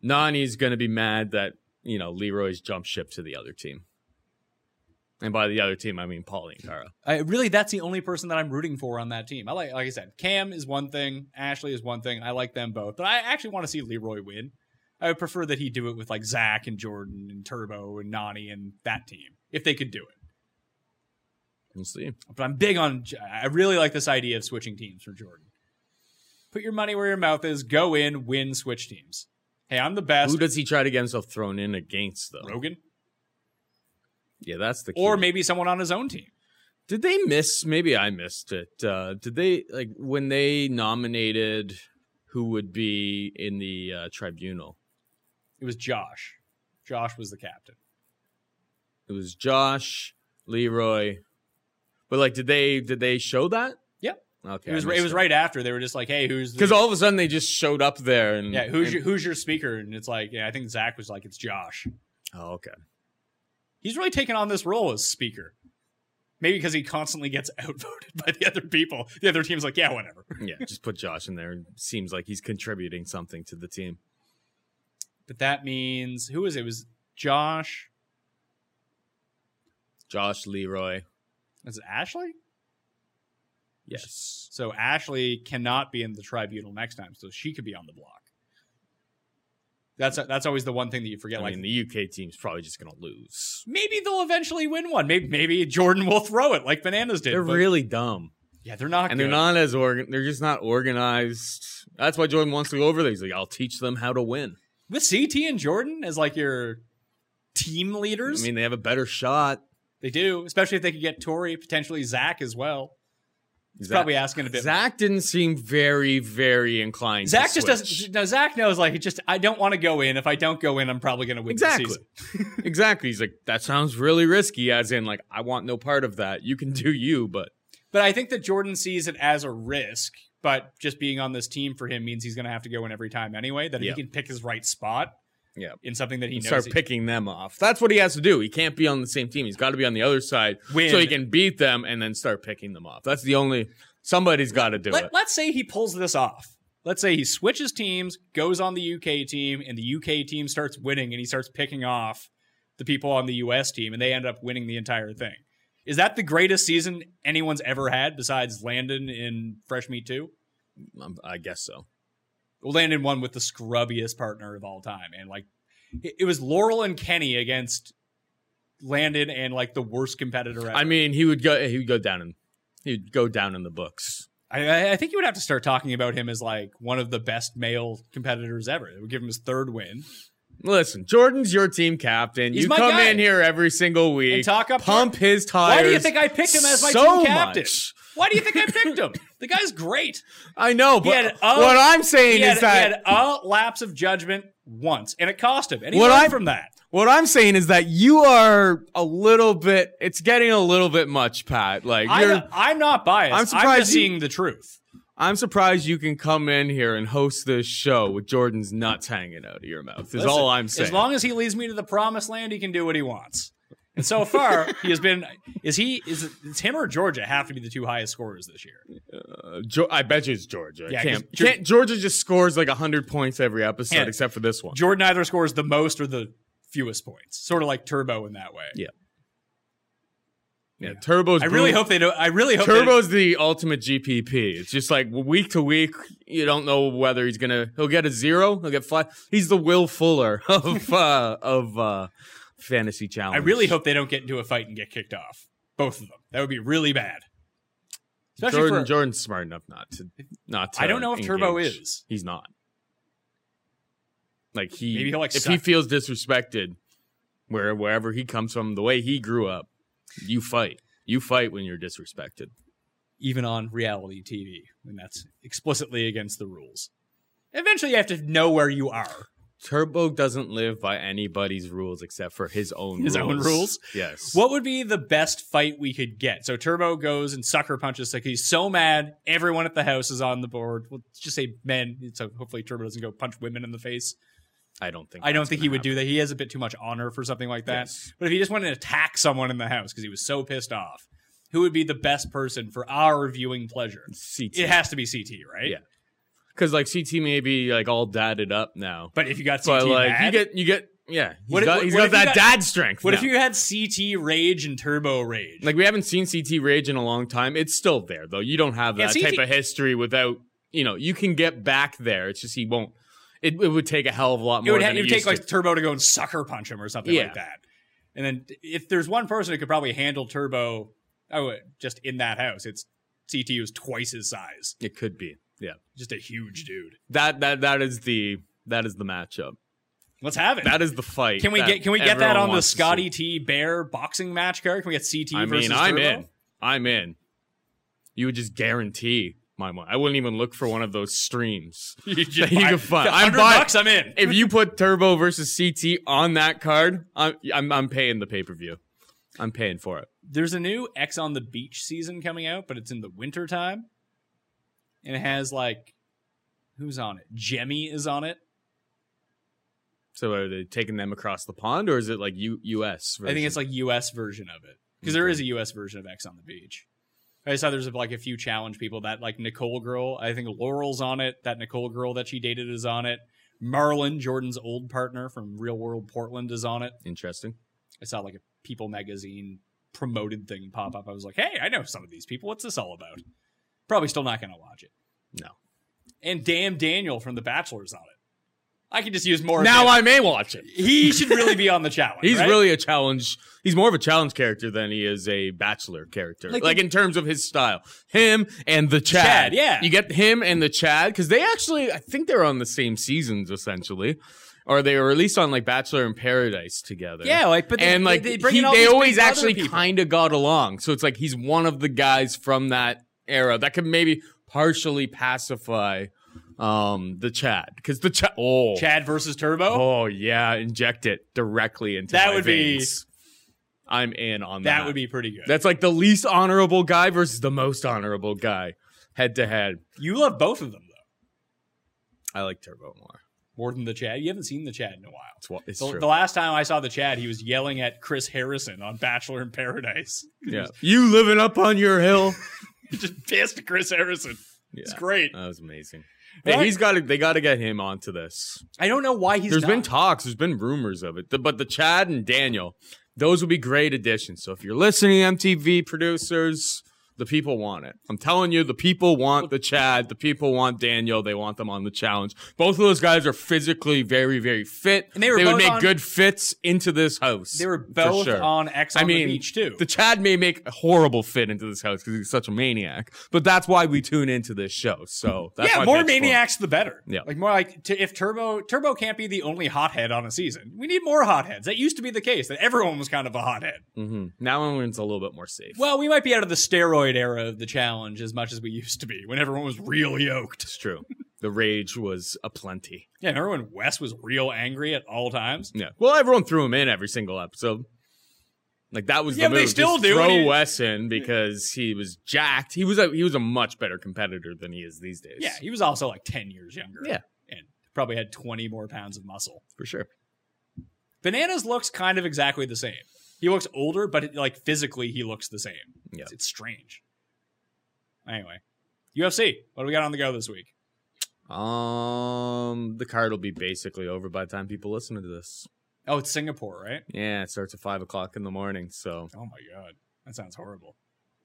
Nani's going to be mad that, you know, Leroy's jump ship to the other team. And by the other team, I mean Paulie and Kara.
I, really, that's the only person that I'm rooting for on that team. I like, like I said, Cam is one thing, Ashley is one thing. I like them both, but I actually want to see Leroy win. I would prefer that he do it with like Zach and Jordan and Turbo and Nani and that team if they could do it.
We'll see.
But I'm big on. I really like this idea of switching teams for Jordan. Put your money where your mouth is. Go in, win, switch teams. Hey, I'm the best.
Who does he try to get himself thrown in against, though?
Rogan,
Yeah, that's the key.
or maybe someone on his own team.
Did they miss? Maybe I missed it. Uh, did they, like, when they nominated who would be in the uh, tribunal.
It was Josh. Josh was the captain.
It was Josh, Leroy, but like, did they did they show that?
Yep.
Okay,
it was it was right after they were just like, hey, who's the-
because all of a sudden they just showed up there and
yeah who's
and-
your, who's your speaker? And it's like yeah, I think Zach was like it's Josh.
oh okay
He's really taken on this role as speaker. Maybe because he constantly gets outvoted by the other people. The other team's like, yeah, whatever.
yeah just put Josh in there. Seems like he's contributing something to the team.
But that means who is it? it was Josh?
Josh Leroy.
Is it Ashley?
Yes.
So Ashley cannot be in the tribunal next time, so she could be on the block. That's that's always the one thing that you forget.
I
like
mean, the UK team's probably just going to lose.
maybe they'll eventually win one. Maybe maybe Jordan will throw it like bananas did.
They're
but-
really dumb.
yeah, they're not.
And they're
good.
not as organ. They're just not organized. That's why Jordan wants to go over there. He's like, I'll teach them how to win.
with CT and Jordan as like your team
I
leaders.
mean, they have a better shot.
they do, especially if they could get Tori potentially Zach as well. He's
Zach-
probably asking a bit. Zach,
Zach didn't seem very, very inclined. to
Zach just
switch.
doesn't. No, Zach knows like it just. I don't want to go in. If I don't go in, I'm probably going to win. the
Exactly.
season.
exactly. He's like, that sounds really risky. As in, like, I want no part of that. You can do you, but
But I think that Jordan sees it as a risk, but just being on this team for him means he's going to have to go in every time anyway. That if
Yeah.
he can pick his right spot
Yeah.
in something that he knows
start
he-
picking them off. That's what he has to do. He can't be on the same team. He's got to be on the other side
Win.
so he can beat them and then start picking them off. That's the only somebody's got to do it.
Let, let's say he pulls this off. Let's say he switches teams, goes on the UK team, and the UK team starts winning and he starts picking off the people on the US team and they end up winning the entire thing. Is that the greatest season anyone's ever had besides Landon in Fresh Meat 2?
Um, I guess so.
Well, Landon won with the scrubbiest partner of all time. And like it, it was Laurel and Kenny against Landon and like the worst competitor ever.
I mean, he would go. He would go down in. He'd go down in the books.
I- I, I think you would have to start talking about him as like one of the best male competitors ever. It would give him his third win.
Listen, Jordan's your team captain.
He's
you
my
come
guy.
in here every single week
And talk up-
pump his tires.
Why do you think I picked him as my
so
team captain?
much.
Why do you think I picked him? The guy's great.
I know, but
had a- oh,
what I'm
He
saying
had,
is
he
that
had a lapse of judgment once, and it cost him. And he
What
learned
I-
from that.
What I'm saying is that you are a little bit. It's getting a little bit much, Pat. Like you're,
I, I'm not biased.
I'm
I'm,
surprised
just
you-
seeing the truth.
I'm surprised you can come in here and host this show with Jordan's nuts hanging out of your mouth. Is
Listen,
all I'm saying.
As long as he leads me to the promised land, he can do what he wants. And so far, he has been. Is he? Is it, it's him or Georgia have to be the two highest scorers this year?
Uh, Geo- I bet you it's Georgia.
Yeah,
Yeah, can't,
'cause Ge-
can't- Georgia just scores like hundred points every episode
Yeah.
except for this one.
Jordan either scores the most or the fewest points, sort of like Turbo in that way.
Yeah. yeah, Turbo's.
I really
brutal.
hope they don't. I really hope they-
Turbo's the ultimate GPP. It's just like week to week, you don't know whether he's gonna. He'll get a zero. He'll get five. He's the Will Fuller of uh, of uh, fantasy challenge.
I really hope they don't get into a fight and get kicked off. Both of them. That would be really bad. Especially
Jordan
for
Jordan's smart enough not to not. To
I don't know if Turbo
engage.
is.
He's not. Like he,
Maybe he'll, like,
if
suck.
he feels disrespected, where wherever he comes from, the way he grew up, you fight. You fight when you're disrespected.
even on reality TV, and that's explicitly against the rules. Eventually, you have to know where you are.
Turbo doesn't live by anybody's rules except for his own
His own rules?
Yes.
What would be the best fight we could get? So Turbo goes and sucker punches. Like he's so mad, everyone at the house is on the board. We'll just say men. So hopefully Turbo doesn't go punch women in the face.
I don't think.
I don't think he would do that. He has a bit too much honor for something like that.
Yes.
But if he just went and attacked someone in the house because he was so pissed off, who would be the best person for our viewing pleasure? It
CT
has to be CT, right?
Yeah. because like CT may be like all dadded up now,
But if you got CT,
but like
mad,
you get you get yeah. He's
What if-
got,
what-
he's
what
got
if you
that
got-
dad strength.
what if
now.
you had CT rage and turbo rage?
like we haven't seen CT rage in a long time? It's still there though. You don't have
Yeah,
that
CT
type of history without you know. You can get back there. It's just he won't. It, it would take a hell of a lot
it
more.
would, ha-
than
it would
it
take
used
like
to.
turbo to go and sucker punch him or something
Yeah.
like that. And then if there's one person who could probably handle turbo, oh, just in that house, it's CT who's twice his size,
it could be. Yeah.
just a huge dude.
That that that is the that is the matchup.
Let's have it.
That is the fight.
Can we
that
get can we get that
everyone
on the
wants to see.
Scotty T Bear boxing match card? Can we get CT
I
versus
mean, I'm
Turbo?
in. I'm in. You would just guarantee my money. I wouldn't even look for one of those streams.
You just
You
buy-
can find-
Yeah,
I'm
100
buying-
bucks, I'm in.
if you put Turbo versus CT on that card, I'm I'm, I'm paying the pay per view. I'm paying for it.
There's a new X on the Beach season coming out, but it's in the winter time. And it has like who's on it? Jemmy is on it.
So are they taking them across the pond, or is it like U- U.S.
I think it's
version?
like US version of it. Because there
Okay.
is a US version of X on the Beach. I saw there's like a few challenge people that like Nicole girl. I think Laurel's on it. That Nicole girl that she dated is on it. Marlon, Jordan's old partner from Real World Portland, is on it.
interesting.
I saw like a People magazine promoted thing pop up. I was like, hey, I know some of these people. What's this all about? Probably still not going to watch it.
No.
And damn Daniel from The Bachelor's on it. I could just use more. of
Now
him.
I may watch it.
he should really be on the challenge.
He's
right?
really a challenge. He's more of a challenge character than he is a bachelor character.
Like
Like,
the-
in terms of his style, him and the Chad.
Chad, yeah.
you get him and the Chad because they actually, I think they're on the same seasons essentially, or they were at least on like Bachelor in Paradise together.
yeah, like but they,
and like
they,
they,
they bring in all
they
these Big
always
Brother
actually
people.
kind of got along. So it's like he's one of the guys from that era that could maybe partially pacify um the Chad because the Chad. Oh,
Chad versus Turbo.
Oh yeah, inject it directly into
That
my
would be-
veins. I'm in on that.
that would be pretty good.
That's like the least honorable guy versus the most honorable guy, head to head.
you love both of them though,
I like Turbo more.
more than the Chad. You haven't seen the Chad in a while.
It's, wa- it's
The,
true.
the last time I saw the Chad, he was yelling at Chris Harrison on Bachelor in Paradise.
yeah. You living up on your hill.
He just pissed Chris Harrison.
yeah.
It's great.
That was amazing.
Right?
Hey, he's got to. They got to get him onto this.
I don't know why he's.
There's
not.
been talks. There's been rumors of it. The- but the Chad and Daniel, those would be great additions. So if you're listening, MTV producers, the people want it. I'm telling you, the people want the Chad. The people want Daniel. They want them on the challenge. Both of those guys are physically very, very fit.
And they were
would
both
make
on-
good fits into this house.
they were
for
both
sure.
on X on the Beach too.
The Chad may make a horrible fit into this house because he's such a maniac, but that's why we tune into this show. So that's
yeah,
my
more
pitch for him.
maniacs the better.
Yeah.
like more like to, if Turbo Turbo can't be the only hothead on a season. We need more hotheads. That used to be the case that everyone was kind of a hothead.
Mhm. That one's a little bit more safe.
Well, we might be out of the steroid era of the challenge as much as we used to be when everyone was real yoked.
It's true. The rage was aplenty.
Yeah, remember when Wes was real angry at all times?
Yeah. Well, everyone threw him in every single episode. Like that was
Yeah,
the
but they
move.
still
Just
do,
throw
and he-
Wes in because he was jacked. He was a he was a much better competitor than he is these days.
Yeah, he was also like 10 years younger.
Yeah.
And probably had 20 more pounds of muscle.
for sure.
Bananas looks kind of exactly the same. He looks older, but it, like physically, he looks the same.
Yeah.
It's, it's strange. Anyway, UFC, what do we got on the go this week?
Um, the card will be basically over by the time people listen to this.
Oh, it's Singapore, right?
Yeah, it starts at five o'clock in the morning. So
Oh my God. That sounds horrible.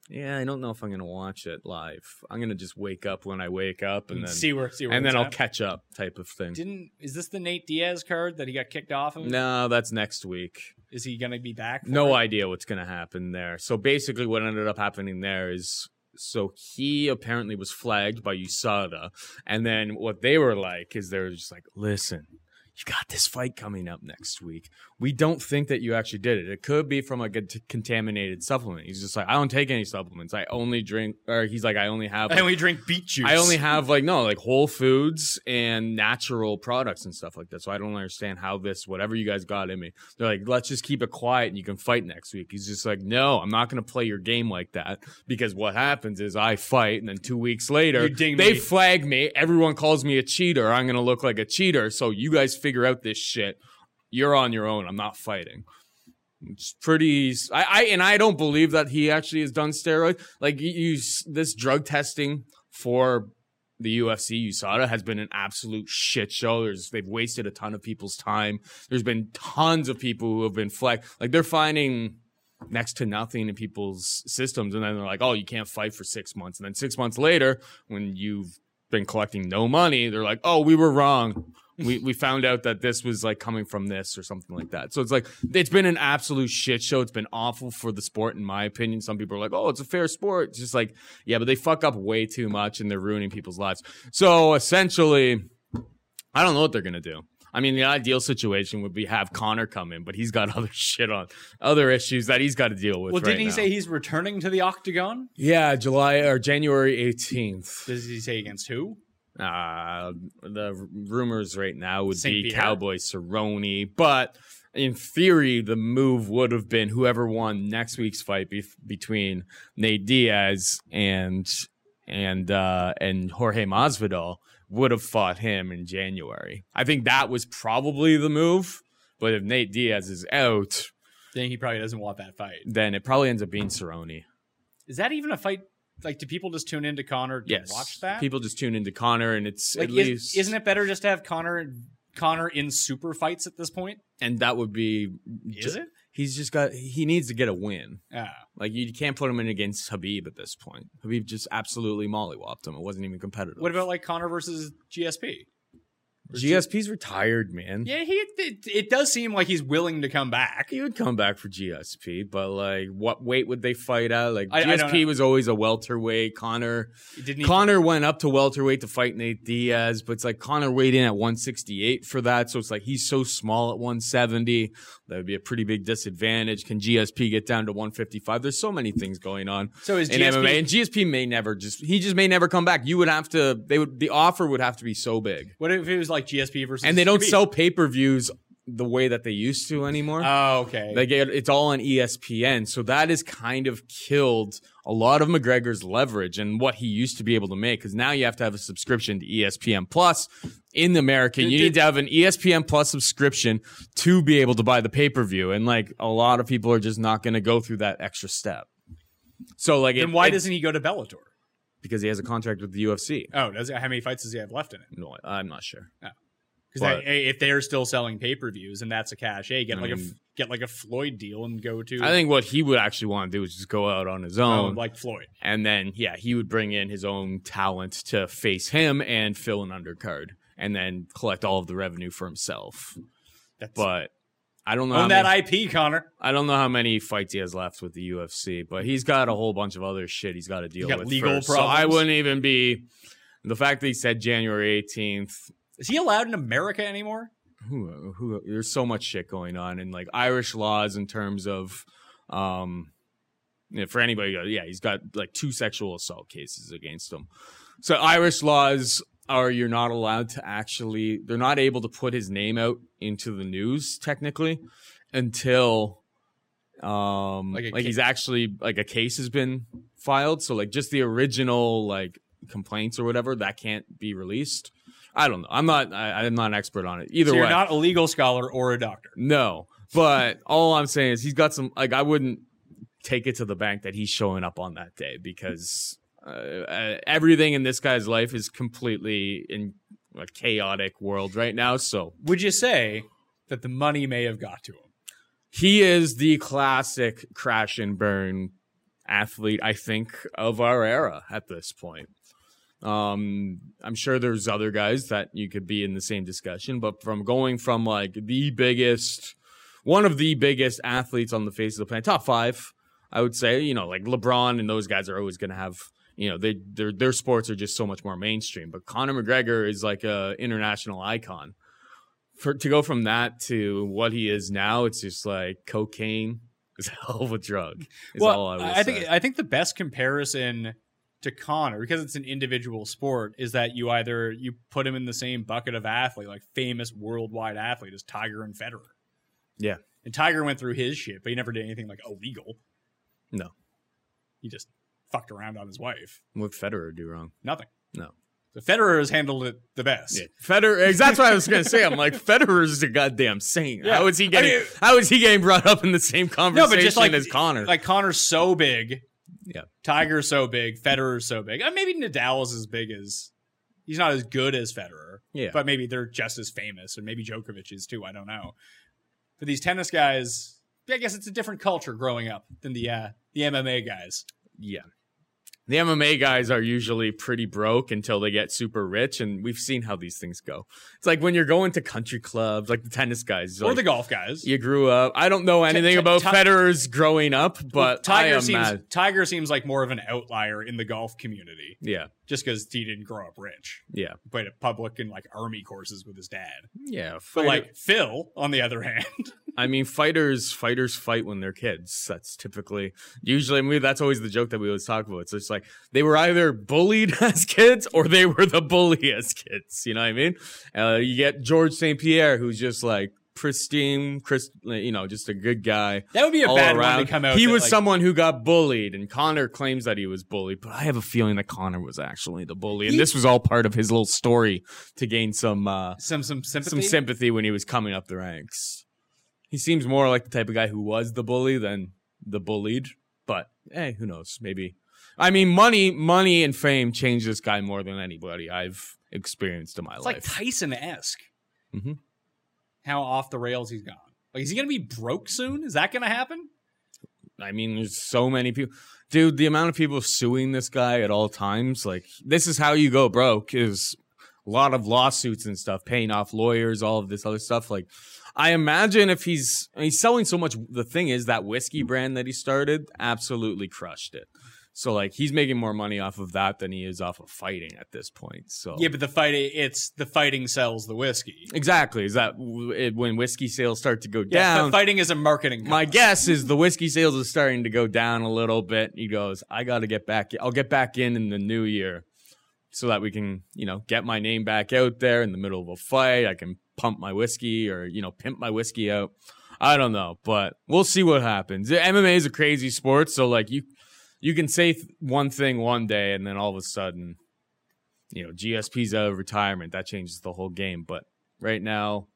yeah, I don't know if I'm gonna watch it live. I'm gonna just wake up when I wake up and then
see where, see where
and
it's
then I'll
at.
catch up type of thing.
Didn't is this the Nate Diaz card that he got kicked off of?
No, that's next week.
Is he gonna be back? for
no
it?
idea what's going to happen there. So basically, what ended up happening there is so he apparently was flagged by USADA. And then what they were like is they were just like, listen, you got this fight coming up next week. We don't think that you actually did it. It could be from like a t- contaminated supplement. He's just like, I don't take any supplements. I only drink, or he's like, I only have.
I only drink beet juice.
I only have like no like whole foods and natural products and stuff like that. So I don't understand how this whatever you guys got in me. They're like, let's just keep it quiet and you can fight next week. He's just like, no, I'm not gonna play your game like that because what happens is I fight and then two weeks later
You ding
they
me.
flag me. Everyone calls me a cheater. I'm gonna look like a cheater. So you guys figure out this shit. You're on your own. I'm not fighting. It's pretty. I, I and I don't believe that he actually has done steroids. Like you, you s- this drug testing for the UFC USADA has been an absolute shit show. There's they've wasted a ton of people's time. There's been tons of people who have been flagged. Like they're finding next to nothing in people's systems, and then they're like, "Oh, you can't fight for six months." And then six months later, when you've been collecting no money, they're like, "Oh, we were wrong. We we found out that this was like coming from this or something like that." So it's like it's been an absolute shit show. It's been awful for the sport, in my opinion. Some people are like, "Oh, it's a fair sport." It's just like, yeah, but they fuck up way too much, and they're ruining people's lives. So essentially, I don't know what they're gonna do. I mean, the ideal situation would be have Connor come in, but he's got other shit on other issues that he's got to deal with.
Well, didn't
right
he
now.
say he's returning to the octagon?
Yeah, July or January eighteenth.
Does he say against who?
Uh, the r- rumors right now would
St.
be
Pierre?
Cowboy Cerrone, but in theory, the move would have been whoever won next week's fight bef between Nate Diaz and and uh, and Jorge Masvidal would have fought him in January. I think that was probably the move. But if Nate Diaz is out,
Then he probably doesn't want that fight.
then it probably ends up being Cerrone.
Is that even a fight? Like, do people just tune into Connor to
Yes,
watch that?
people just tune into Connor, and it's
like,
at
is,
least
isn't it better just to have Connor Connor in super fights at this point?
and that would be
Is
ju-
it?
he's just got he needs to get a win
Ah,
like you can't put him in against habib at this point habib just absolutely mollywopped him it wasn't even competitive
what about like Connor versus GSP?
gsp's retired man
Yeah, he. It, it does seem like he's willing to come back.
he would come back for GSP, but like, what weight would they fight at? Like,
I- I don't
GSP
know.
was always a welterweight. Connor,
Didn't he?
Connor went up to welterweight to fight Nate Diaz, but it's like Connor weighed in at 168 for that. So it's like he's so small at 170. That would be a pretty big disadvantage. Can GSP get down to 155? There's so many things going on
so is
in
GSP?
MMA. And GSP may never just, he just may never come back. You would have to, they would, the offer would have to be so big.
What if it was like GSP versus?
And they don't
Khabib?
sell pay per views the way that they used to anymore.
Oh, okay.
They get it's all on E ESPN, so that has kind of killed a lot of McGregor's leverage and what he used to be able to make. Because now you have to have a subscription to E ESPN Plus in America.
Did-
you
did-
need to have an E ESPN Plus subscription to be able to buy the pay per view, and like a lot of people are just not going to go through that extra step. So like,
then
it-
why
it-
doesn't he go to Bellator?
because he has a contract with the UFC?
Oh, does how many fights does he have left in it?
No, I'm not sure.
Because
But-
if they're still selling pay per views and that's a cachet, get
I
like a
mean-
f- get like a Floyd deal and go to
Mm. I think what he would actually want to do is just go out on his
um,
own,
like Floyd.
and then yeah, he would bring in his own talent to face him and fill an undercard, and then collect all of the revenue for himself.
That's
But I don't know. How
on that
many,
IP, Connor.
I don't know how many fights he has left with the UFC, but he's got a whole bunch of other shit he's got to deal
got
with.
legal
first. So I
problems.
wouldn't even be the fact that he said January eighteenth.
Is he allowed in America anymore?
Who, who, there's so much shit going on, and like Irish laws in terms of, um, you know, for anybody, yeah, he's got like two sexual assault cases against him. So Irish laws are you're not allowed to actually they're not able to put his name out into the news technically until um
Like
like,
a
he's actually like a case has been filed so like just the original like complaints or whatever that can't be released i don't know i'm not I, i'm not an expert on it either
so you're
way
not a legal scholar or a doctor.
no but all i'm saying is he's got some like i wouldn't take it to the bank that he's showing up on that day because uh, uh, everything in this guy's life is completely in a chaotic world right now. So
Would you say that the money may have got to him?
he is the classic crash and burn athlete, I think, of our era at this point. Um, I'm sure there's other guys that you could be in the same discussion, but from going from like the biggest, one of the biggest athletes on the face of the planet, top five, I would say, you know, like LeBron and those guys are always going to have, you know, they their their sports are just so much more mainstream. But Conor McGregor is like a international icon. For to go from that to what he is now, it's just like cocaine is a hell of a drug. Is all I, will say.
think I think the best comparison to Connor because it's an individual sport is that you either you put him in the same bucket of athlete like famous worldwide athlete as Tiger and Federer.
Yeah.
And Tiger went through his shit, but he never did anything like illegal.
No.
He just fucked around on his wife.
What Federer do wrong?
Nothing.
No.
So Federer has handled it the best.
Federer. That's what I was gonna say. I'm like Federer's a goddamn saint.
Yeah.
How is he getting?
I mean-
how is he getting brought up in the same
No,
conversation
but just like
as Connor?
Like Connor's so big.
Yeah.
Tiger's so big. Federer's so big. Uh, maybe Nadal is as big as he's not as good as Federer.
yeah,
But maybe they're just as famous, and maybe Djokovic is too. I don't know. But these tennis guys, I guess it's a different culture growing up than the uh, the MMA guys.
yeah. The MMA guys are usually pretty broke until they get super rich, and we've seen how these things go. It's like when you're going to country clubs, like the tennis guys,
or
like,
the golf guys.
you grew up. I don't know anything
t-
about
ti-
Federer's growing up, but I
Tiger
am
seems
mad.
Tiger seems like more of an outlier in the golf community,
Yeah,
just because he didn't grow up rich,
yeah,
played at public and like army courses with his dad.
yeah.
But
fighter-
like Phil, on the other hand,
I mean, fighters fighters fight when they're kids. That's typically usually. I mean, that's always the joke that we always talk about. It's just like they were either bullied as kids or they were the bully as kids. You know what I mean? Uh, you get George St. Pierre, who's just like pristine, Chris, you know, just a good guy.
that would be a
all
bad
around.
one to come out.
He
that,
was
like,
someone who got bullied, and Connor claims that he was bullied, but I have a feeling that Connor was actually the bully, and
He-
this was all part of his little story to gain some uh,
some some sympathy.
some sympathy when he was coming up the ranks. He seems more like the type of guy who was the bully than the bullied, but hey, who knows? Maybe. I mean, money, money, and fame changed this guy more than anybody I've experienced in my
it's like
life.
Tyson esque.
Mhm.
How off the rails he's gone. Like, is he going to be broke soon? Is that going to happen?
I mean, there's so many people. Dude, the amount of people suing this guy at all times, like this is how you go broke is a lot of lawsuits and stuff, paying off lawyers, all of this other stuff. Like I imagine if he's he's selling so much the thing is that whiskey brand that he started absolutely crushed it. So like he's making more money off of that than he is off of fighting at this point. So
Yeah, but the fight it's the fighting sells the whiskey.
exactly. Is that w- it, when whiskey sales start to go
Yeah,
down?
but fighting is a marketing.
My
cost.
guess is the whiskey sales are starting to go down a little bit. He goes, I got to get back. I'll get back in in the new year so that we can, you know, get my name back out there in the middle of a fight. I can pump my whiskey or, you know, pimp my whiskey out. I don't know, but we'll see what happens. MMA is a crazy sport. So, like, you, you can say th- one thing one day and then all of a sudden, you know, GSP's out of retirement. That changes the whole game. But right now,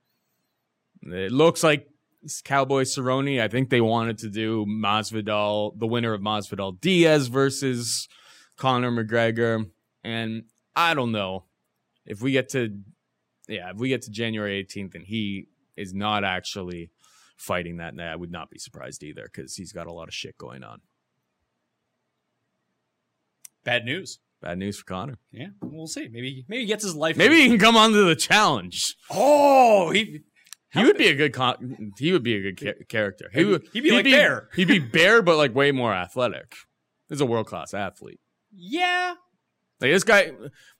it looks like Cowboy Cerrone. I think they wanted to do Masvidal, the winner of Masvidal Diaz versus Conor McGregor, and I don't know if we get to yeah if we get to January 18th and he is not actually fighting that night, I would not be surprised either because he's got a lot of shit going on.
Bad news.
Bad news for Conor.
Yeah, we'll see. Maybe maybe he gets his life.
Maybe he can come onto the challenge.
Oh, he
He would be a good con- he would be a good cha- character. He
He'd-
would
he'd be like Bear.
He'd be bear, but like way more athletic. He's a world class athlete.
yeah.
Like this guy,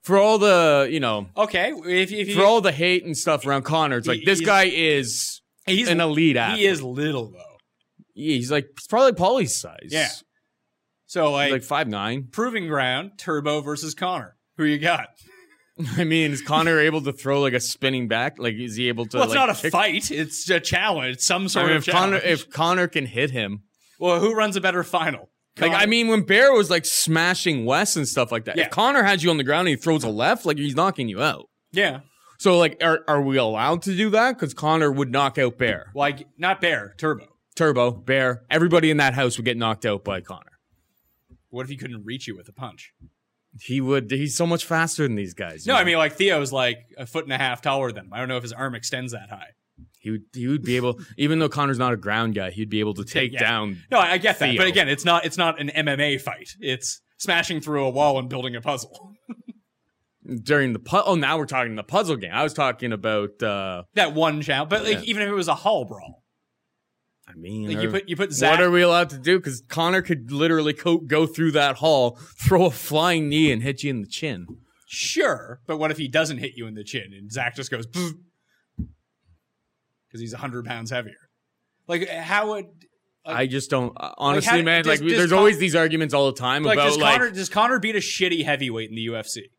for all the you know,
Okay, if if he,
for all the hate and stuff around Connor, it's like
He-
this
he's-
guy is
he's
an elite athlete.
he is little though.
Yeah, He's like he's probably Paulie's size.
Yeah.
He's
So like,
like five nine.
proving ground, Turbo versus Connor. Who you got?
I mean, is Connor able to throw like a spinning back? Like, is he able to?
well, it's
like,
not a
kick-
fight. It's a challenge. It's some
I
sort
mean,
of
if Connor,
challenge.
if Connor can hit him,
well, who runs a better final?
like I
Connor-
mean, when Bear was like smashing Wes and stuff like that,
Yeah.
if Connor had you on the ground and he throws a left, like he's knocking you out.
yeah,
So like, are are we allowed to do that? Because Connor would knock out Bear,
like not Bear Turbo.
Turbo, Bear, everybody in that house would get knocked out by Connor.
What if he couldn't reach you with a punch?
He would. He's so much faster than these guys. you
No, I
know?
mean like Theo's like a foot and a half taller than him. I don't know if his arm extends that high.
he would. He would be able. even though Connor's not a ground guy, he'd be able to take
Yeah.
down.
No, I I get that,
Theo.
but again, it's not it's not an MMA fight. It's smashing through a wall and building a puzzle.
during the pu- oh now we're talking the puzzle game. I was talking about. uh
that one challenge, but like
Yeah.
even if it was a hall brawl,
I mean,
like
are-
you put you put Zach.
what are we allowed to do? Because Connor could literally co- go through that hall, throw a flying knee, and hit you in the chin.
Sure, but what if he doesn't hit you in the chin and Zach just goes because he's hundred pounds heavier? Like how would Like-
I just don't. uh, Honestly,
how-
man,
does-
like we-
does
there's
Con-
always these arguments all the time
like
about
does Connor
like
does Connor beat a shitty heavyweight in the UFC?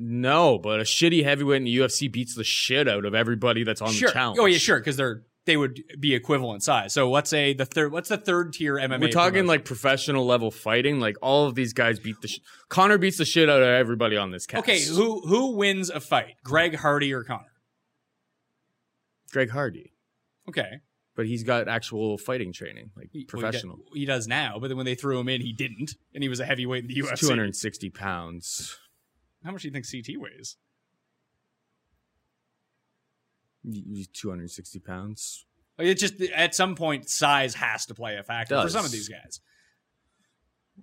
no, but a shitty heavyweight in the UFC beats the shit out of everybody that's on
sure.
the challenge.
Oh yeah, sure, because they're they would be equivalent size. So let's say the third. What's the third tier MMA?
We're talking
promotion?
like professional level fighting. Like all of these guys beat the sh- Connor beats the shit out of everybody on this cast.
okay, who who wins a fight? Greg Hardy or Connor?
Greg Hardy,
Okay,
but he's got actual fighting training, like
He- well, he
professional.
do- he, does now, but then when they threw him in, he didn't, and he was a heavyweight in the UFC.
He's 260 pounds.
How much do you think CT weighs?
Y- y- 260 pounds.
Like it just at some point size has to play a factor for
Does.
some of these guys.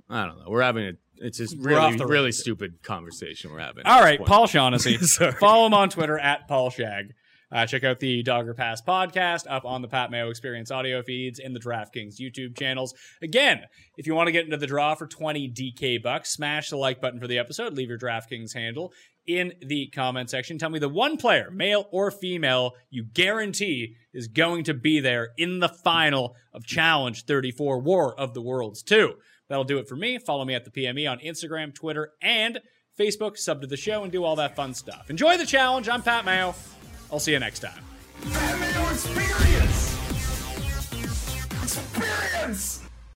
I don't know. We're having a it's just
We're off
really
the
really
rails.
stupid conversation we're having.
All right, Paul Shaughnessy.
Sorry.
Follow him on Twitter at Paul Shag. Uh, check out the Dogger Pass podcast up on the Pat Mayo Experience audio feeds and the DraftKings YouTube channels. Again, if you want to get into the draw for 20 DK bucks, smash the like button for the episode. Leave your DraftKings handle in the comment section. Tell me the one player, male or female, you guarantee is going to be there in the final of Challenge 34 War of the Worlds 2. That'll do it for me. Follow me at the PME on Instagram, Twitter, and Facebook, sub to the show, and do all that fun stuff. Enjoy the challenge. I'm Pat Mayo. I'll see you next time.
Fat Mayo experience. Experience.